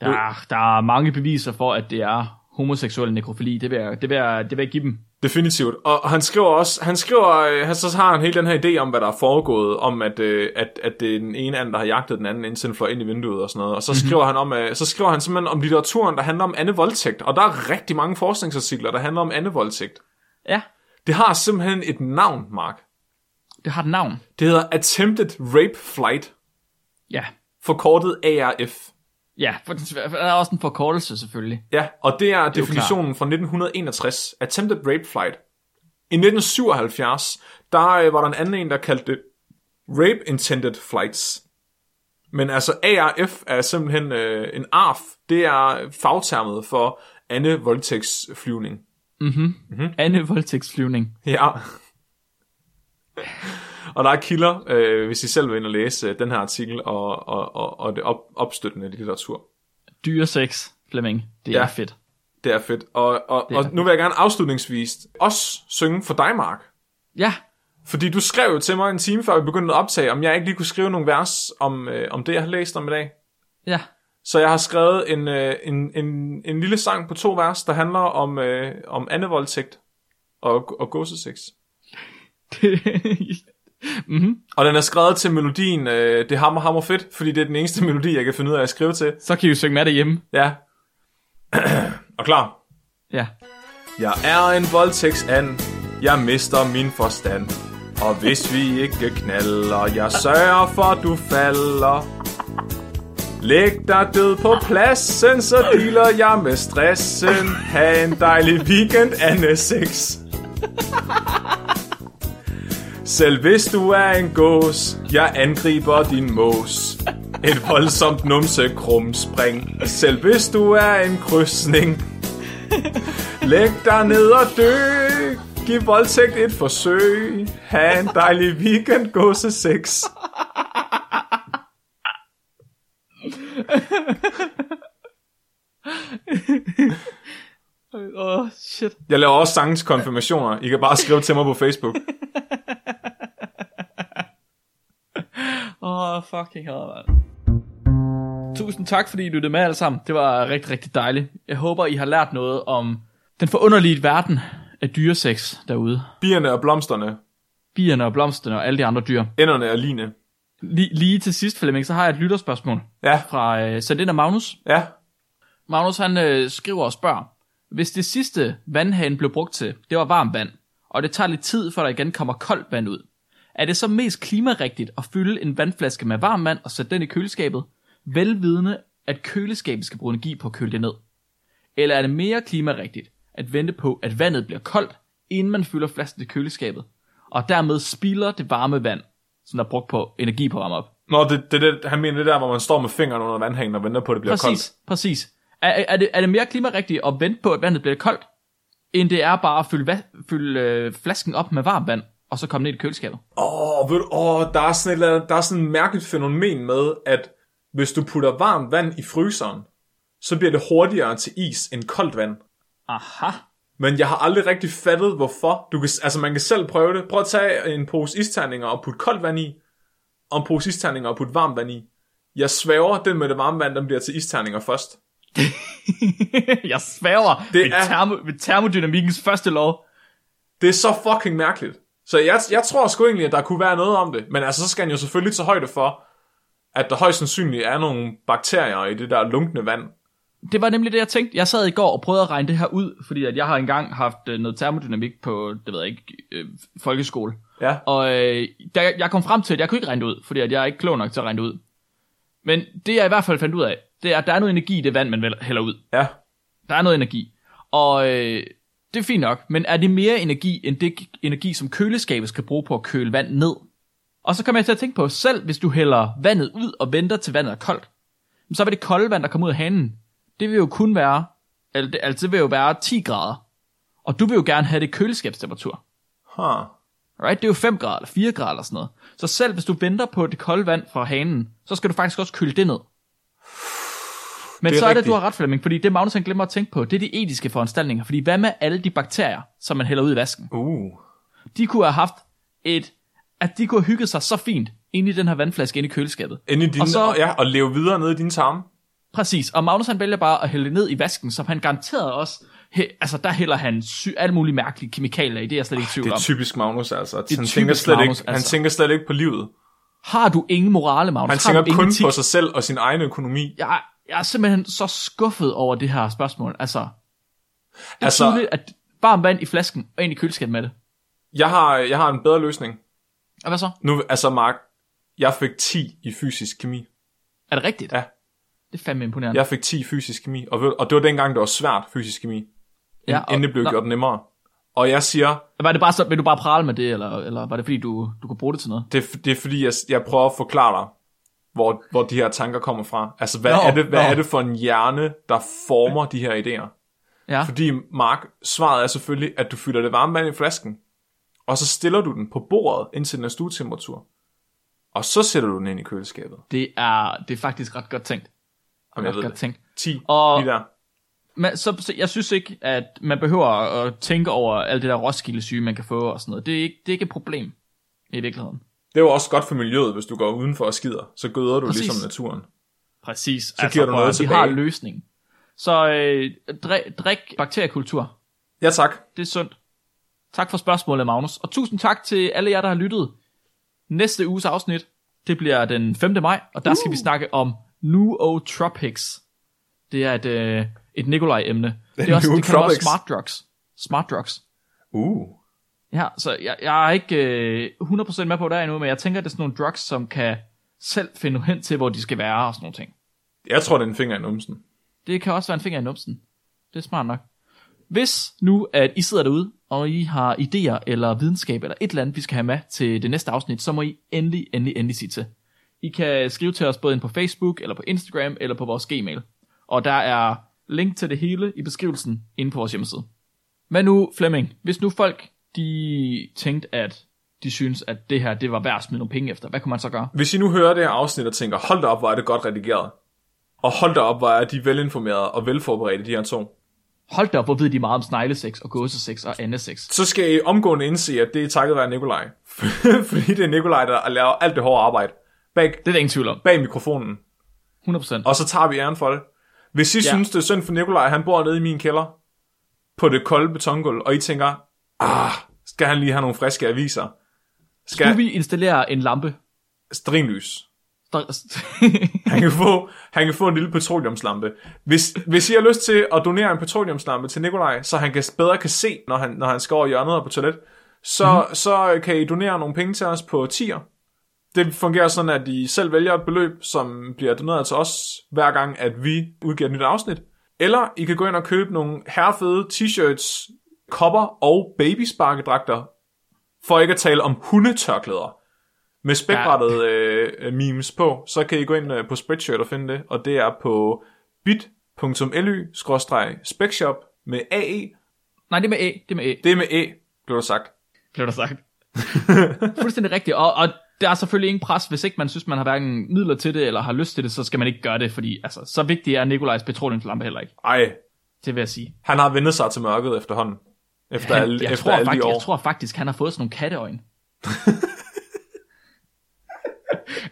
B: Der, er- der er mange beviser for, at det er homoseksuel nekrofili. Det vil jeg, det vil jeg, det vil jeg give dem.
A: Definitivt. Og og han skriver også, han skriver, øh, han, så har han hele den her idé om, hvad der er foregået, om at, øh, at, at det er den ene anden, der har jagtet den anden, indtil den fløj ind i vinduet og sådan noget. Og så skriver, mm-hmm. han om, øh, så skriver han simpelthen om litteraturen, der handler om andevoldtægt. Og der er rigtig mange forskningsartikler, der handler om andevoldtægt.
B: Ja,
A: Det har simpelthen et navn, Mark.
B: det har et navn.
A: Det hedder Attempted Rape Flight,
B: Ja,
A: forkortet ARF.
B: ja for, for der er også en forkortelse selvfølgelig.
A: Ja, og det er det
B: jo
A: definitionen fra 1961. Attempted rape flight. I 1977, der øh, var der en anden en, der kaldte det rape intended flights. Men altså ARF er simpelthen øh, en ARF. Det er fagtermet for Anne voldtægtsflyvning.
B: Mm. Anne voldtægtsflyvning.
A: Ja. Og der er kilder, øh, hvis I selv vil ind og læse øh, den her artikel og, og, og, og det op, opstøttende litteratur.
B: Dyre sex, Flemming. Det
A: Ja.
B: er fedt.
A: Det er fedt. Og, og,
B: er
A: og nu vil jeg gerne afslutningsvis også synge for dig, Mark.
B: Ja,
A: Fordi du skrev jo til mig en time før vi begyndte at optage, om jeg ikke lige kunne skrive nogle vers om, øh, om det, jeg har læst om i dag.
B: ja.
A: Så jeg har skrevet en, øh, en, en, en lille sang på to vers, der handler om, øh, om andevoldtægt og, og gåsesex.
B: mm-hmm.
A: Og den er skrevet til melodien øh, Det hammer hammer fedt, fordi det er den eneste melodi, jeg kan finde ud af at skrive til.
B: Så kan I jo synge med derhjemme.
A: Ja. og klar.
B: Ja.
A: Jeg er en voldtægtsand, jeg mister min forstand. Og hvis vi ikke knaller, jeg sørger for, du falder. Læg dig død på pladsen, så dealer jeg med stressen. Ha' en dejlig weekend, Anne 6. Selv hvis du er en gås, jeg angriber din mås. Et voldsomt numse krumspring. Selv hvis du er en krydsning, Læg dig ned og dø. Giv voldtægt et forsøg. Ha' en dejlig weekend, gåse 6.
B: Åh, oh, shit.
A: Jeg laver også sangens konfirmationer. I kan bare skrive til mig på Facebook.
B: Åh, oh, fucking hell, mand. Tusind tak, fordi I lyttede med alle sammen. Det var rigtig, rigtig dejligt. Jeg håber, I har lært noget om den forunderlige verden af dyresex derude.
A: Bierne og blomsterne.
B: Bierne og blomsterne og alle de andre dyr.
A: Enderne og line.
B: Lige, lige til sidst, Flemming, så har jeg et lytterspørgsmål
A: Ja,
B: fra øh, sendt ind af Magnus.
A: ja.
B: Magnus han øh, skriver og spørger, hvis det sidste vandhanen blev brugt til, det var varmt vand, og det tager lidt tid, før der igen kommer koldt vand ud, er det så mest klimarigtigt at fylde en vandflaske med varmt vand og sætte den i køleskabet, velvidende at køleskabet skal bruge energi på at køle det ned? Eller er det mere klimarigtigt at vente på, at vandet bliver koldt, inden man fylder flasken i køleskabet, og dermed spilder det varme vand, som der er brugt på energi på at varme op?
A: Nå, det, det, det, han mener det der, hvor man står med fingrene under vandhængen og venter på, at det bliver
B: Præcis,
A: koldt.
B: præcis. Er, er, er, det, er det mere klimarigtigt at vente på, at vandet bliver koldt, end det er bare at fylde, va- fylde øh, flasken op med varmt vand, og så komme ned i køleskabet?
A: Åh, ved du, åh, der er sådan et eller andet, der er sådan et mærkeligt fænomen med, at hvis du putter varmt vand i fryseren, så bliver det hurtigere til is end koldt vand.
B: Aha.
A: Men jeg har aldrig rigtig fattet, hvorfor. Du kan, altså, man kan selv prøve det. Prøv at tage en pose isterninger og putte koldt vand i, og en pose isterninger og putte varmt vand i. Jeg svæver, den med det varme vand, den bliver til isterninger først.
B: jeg sværger
A: Det
B: det ved,
A: er-
B: termo, ved termodynamikkens første lov.
A: Det er så fucking mærkeligt. Så jeg, jeg tror sgu egentlig, at der kunne være noget om det. Men altså, så skal han jo selvfølgelig tage højde for, at der højst sandsynligt er nogle bakterier i det der lunkne vand.
B: Det var nemlig det, jeg tænkte. Jeg sad i går og prøvede at regne det her ud, fordi at jeg har engang haft øh, noget termodynamik på, det ved jeg ikke, øh, folkeskole.
A: Ja.
B: Og øh, der, jeg kom frem til, at jeg kunne ikke regne det ud, fordi at jeg er ikke klog nok til at regne det ud. Men det, jeg i hvert fald fandt ud af, det er, at der er noget energi i det vand, man vel- hælder ud.
A: Ja.
B: Der er noget energi. Og øh, det er fint nok, men er det mere energi, end det k- energi, som køleskabet skal bruge på at køle vand ned? Og så kommer jeg til at tænke på, selv hvis du hælder vandet ud og venter til vandet er koldt, så vil det kolde vand, der kommer ud af hanen, det vil jo kun være, eller det, altså det vil jo være 10 grader. Og du vil jo gerne have det køleskabstemperatur.
A: Huh.
B: Right? Det er jo 5 grader eller 4 grader eller sådan noget. Så selv hvis du venter på det kolde vand fra hanen, så skal du faktisk også køle det ned. Men
A: Det er
B: så er det,
A: rigtigt.
B: du har ret, Flemming, fordi det Magnus han glemmer at tænke på, det er de etiske foranstaltninger. Fordi hvad med alle de bakterier, som man hælder ud i vasken?
A: Uh.
B: De kunne have haft et, at de kunne have hygget sig så fint inde i den her vandflaske inde i køleskabet.
A: Inde i dine, og,
B: Og
A: så...
B: så-
A: ja, og leve videre nede i dine tarme.
B: Præcis, og Magnus han vælger bare at hælde det ned i vasken, som han garanteret også, he, altså der hælder han sy- alle mulige mærkelige kemikalier i, det er jeg slet ikke i tvivl
A: Det er
B: om.
A: typisk Magnus, altså. Han,
B: typisk
A: tænker, slet
B: Magnus,
A: ikke, han
B: altså.
A: tænker slet ikke på livet.
B: Har du ingen morale, Magnus?
A: Han
B: har du
A: tænker
B: ingen
A: kun
B: etik?
A: på sig selv og sin egen økonomi.
B: jeg, jeg er simpelthen så skuffet over det her spørgsmål. Altså, det er
A: Altså-
B: altså, tydeligt, at varmt vand i flasken og ind i køleskabet med det.
A: Jeg har, jeg har en bedre løsning.
B: Og hvad så?
A: Nu, altså Mark, jeg fik 10 i fysisk kemi.
B: Er det rigtigt?
A: Ja.
B: Det er fandme imponerende.
A: Jeg fik 10 i fysisk kemi, og, ved, og det var dengang, det var svært fysisk kemi. Ja,
B: og-
A: inden det blev
B: nå,
A: gjort nemmere. Og jeg siger,
B: Var det bare så, vil du bare prale med det, eller, eller var det fordi, du, du kunne bruge det til noget?
A: det, er- det er fordi, jeg, jeg prøver at forklare dig, hvor, hvor de her tanker kommer fra. Altså, hvad,
B: Nå,
A: er, det, hvad
B: nå.
A: er det for en hjerne, der former de her idéer?
B: Ja,
A: Fordi, Mark, svaret er selvfølgelig, at du fylder det varme vand i flasken, og så stiller du den på bordet, indtil den er stuetemperatur. Og så sætter du den ind i køleskabet.
B: Det er, det er faktisk ret godt tænkt.
A: Jamen, jeg
B: ret
A: ved
B: godt
A: det.
B: tænkt.
A: 10,
B: Og-
A: og... lige der.
B: Men, så, så, jeg synes ikke, at man behøver at tænke over alt det der Roskilde-syge, man kan få og sådan noget. Det er ikke, det er ikke et problem i virkeligheden.
A: Det er jo også godt for miljøet, hvis du går udenfor og skider. Så gøder du
B: Præcis.
A: Præcis. ligesom naturen.
B: Præcis. Så
A: giver du noget
B: Vi
A: tilbage.
B: har løsningen. Så øh, drik, drik bakteriekultur.
A: Ja tak.
B: Det er sundt. Tak for spørgsmålet, Magnus. Og tusind tak til alle jer, der har lyttet. Næste uges afsnit, det bliver den 5. maj, og der skal vi snakke om nootropics. Det er et, øh, et Nikolaj-emne. Det, er også, det kalder man også
A: Nootropics.
B: smart drugs. Smart drugs.
A: Uh.
B: Ja, så jeg, jeg er ikke øh, 100% med på det endnu, men jeg tænker, at det er sådan nogle drugs, som kan selv finde hen til, hvor de skal være og sådan nogle ting.
A: Jeg tror, det er en finger i numsen.
B: Det kan også være en finger i numsen. Det er smart nok. Hvis nu, at I sidder derude, og I har idéer eller videnskab eller et eller andet, vi skal have med til det næste afsnit, så må I endelig, endelig, endelig sige til. I kan skrive til os både ind på Facebook, eller på Instagram, eller på vores Gmail. Og der er link til det hele i beskrivelsen inde på vores hjemmeside. Men nu, Flemming, hvis nu folk, de tænkte, at de synes, at det her, det var værd at smide nogle penge efter, hvad kunne man så gøre?
A: Hvis I nu hører det her afsnit og tænker, hold da op, hvor er det godt redigeret. Og hold da op, hvor er de velinformerede og velforberedte, de her to.
B: Hold da op, hvor ved de meget om snegleseks og gåsesex og andeseks.
A: Så skal I omgående indse, at det er takket være Nikolaj. Fordi det er Nikolaj, der laver alt det hårde arbejde. Bag,
B: Det er der ingen tvivl om.
A: bag mikrofonen.
B: 100%.
A: Og så tager vi æren for det. Hvis I ja. synes, det er synd for Nikolaj, han bor nede i min kælder. På det kolde betongulv. Og I tænker, ah, skal han lige have nogle friske aviser?
B: Nu
A: Skal
B: vi installere en lampe.
A: stringlys?
B: Der...
A: Han kan få, han kan få en lille petroleumslampe. Hvis, hvis I har lyst til at donere en petroleumslampe til Nikolaj, så han kan, bedre kan se, når han, når han skal over hjørnet og på toilet, så, mm. så kan I donere nogle penge til os på 10'er. Det fungerer sådan, at I selv vælger et beløb, som bliver doneret til os, hver gang, at vi udgiver et nyt afsnit. Eller I kan gå ind og købe nogle herrefede t-shirts, kopper og babysparkedragter, for ikke at tale om hundetørklæder med spækbrættet øh, memes på, så kan I gå ind øh, på Spreadshirt og finde det, og det er på bit.ly-specshop med AE.
B: Nej, det er med A. Det er med A,
A: Det er med E, blev der sagt.
B: blev der sagt. Fuldstændig rigtigt. Og, og der er selvfølgelig ingen pres, hvis ikke man synes, man har hverken midler til det, eller har lyst til det, så skal man ikke gøre det, fordi altså, så vigtig er Nikolajs petroleumslampe heller ikke.
A: Ej,
B: Det vil jeg sige.
A: han har vendet sig til mørket efterhånden. Efter,
B: Han,
A: alle,
B: jeg,
A: efter
B: tror
A: alle
B: faktisk,
A: de år.
B: jeg tror faktisk, han har fået sådan nogle katteøjne.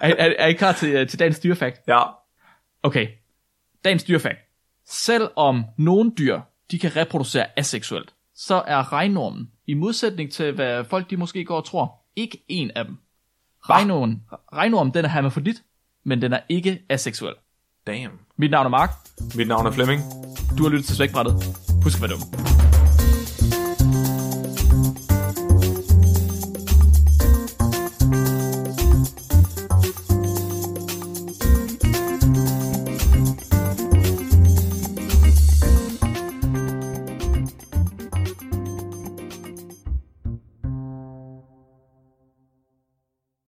B: er, er, er I klar til, øh, til dagens dyrefakt?
A: Ja,
B: Okay, dagens dyrefakt. Selvom nogle dyr, de kan reproducere aseksuelt, så er regnormen, i modsætning til hvad folk de måske går og tror, ikke en af dem. Regnormen, regnormen den er hermafrodit, men den er ikke aseksuel.
A: damn.
B: Mit navn er Mark,
A: Mit navn er Flemming.
B: du har lyttet til Svækbrættet. Husk at være dum.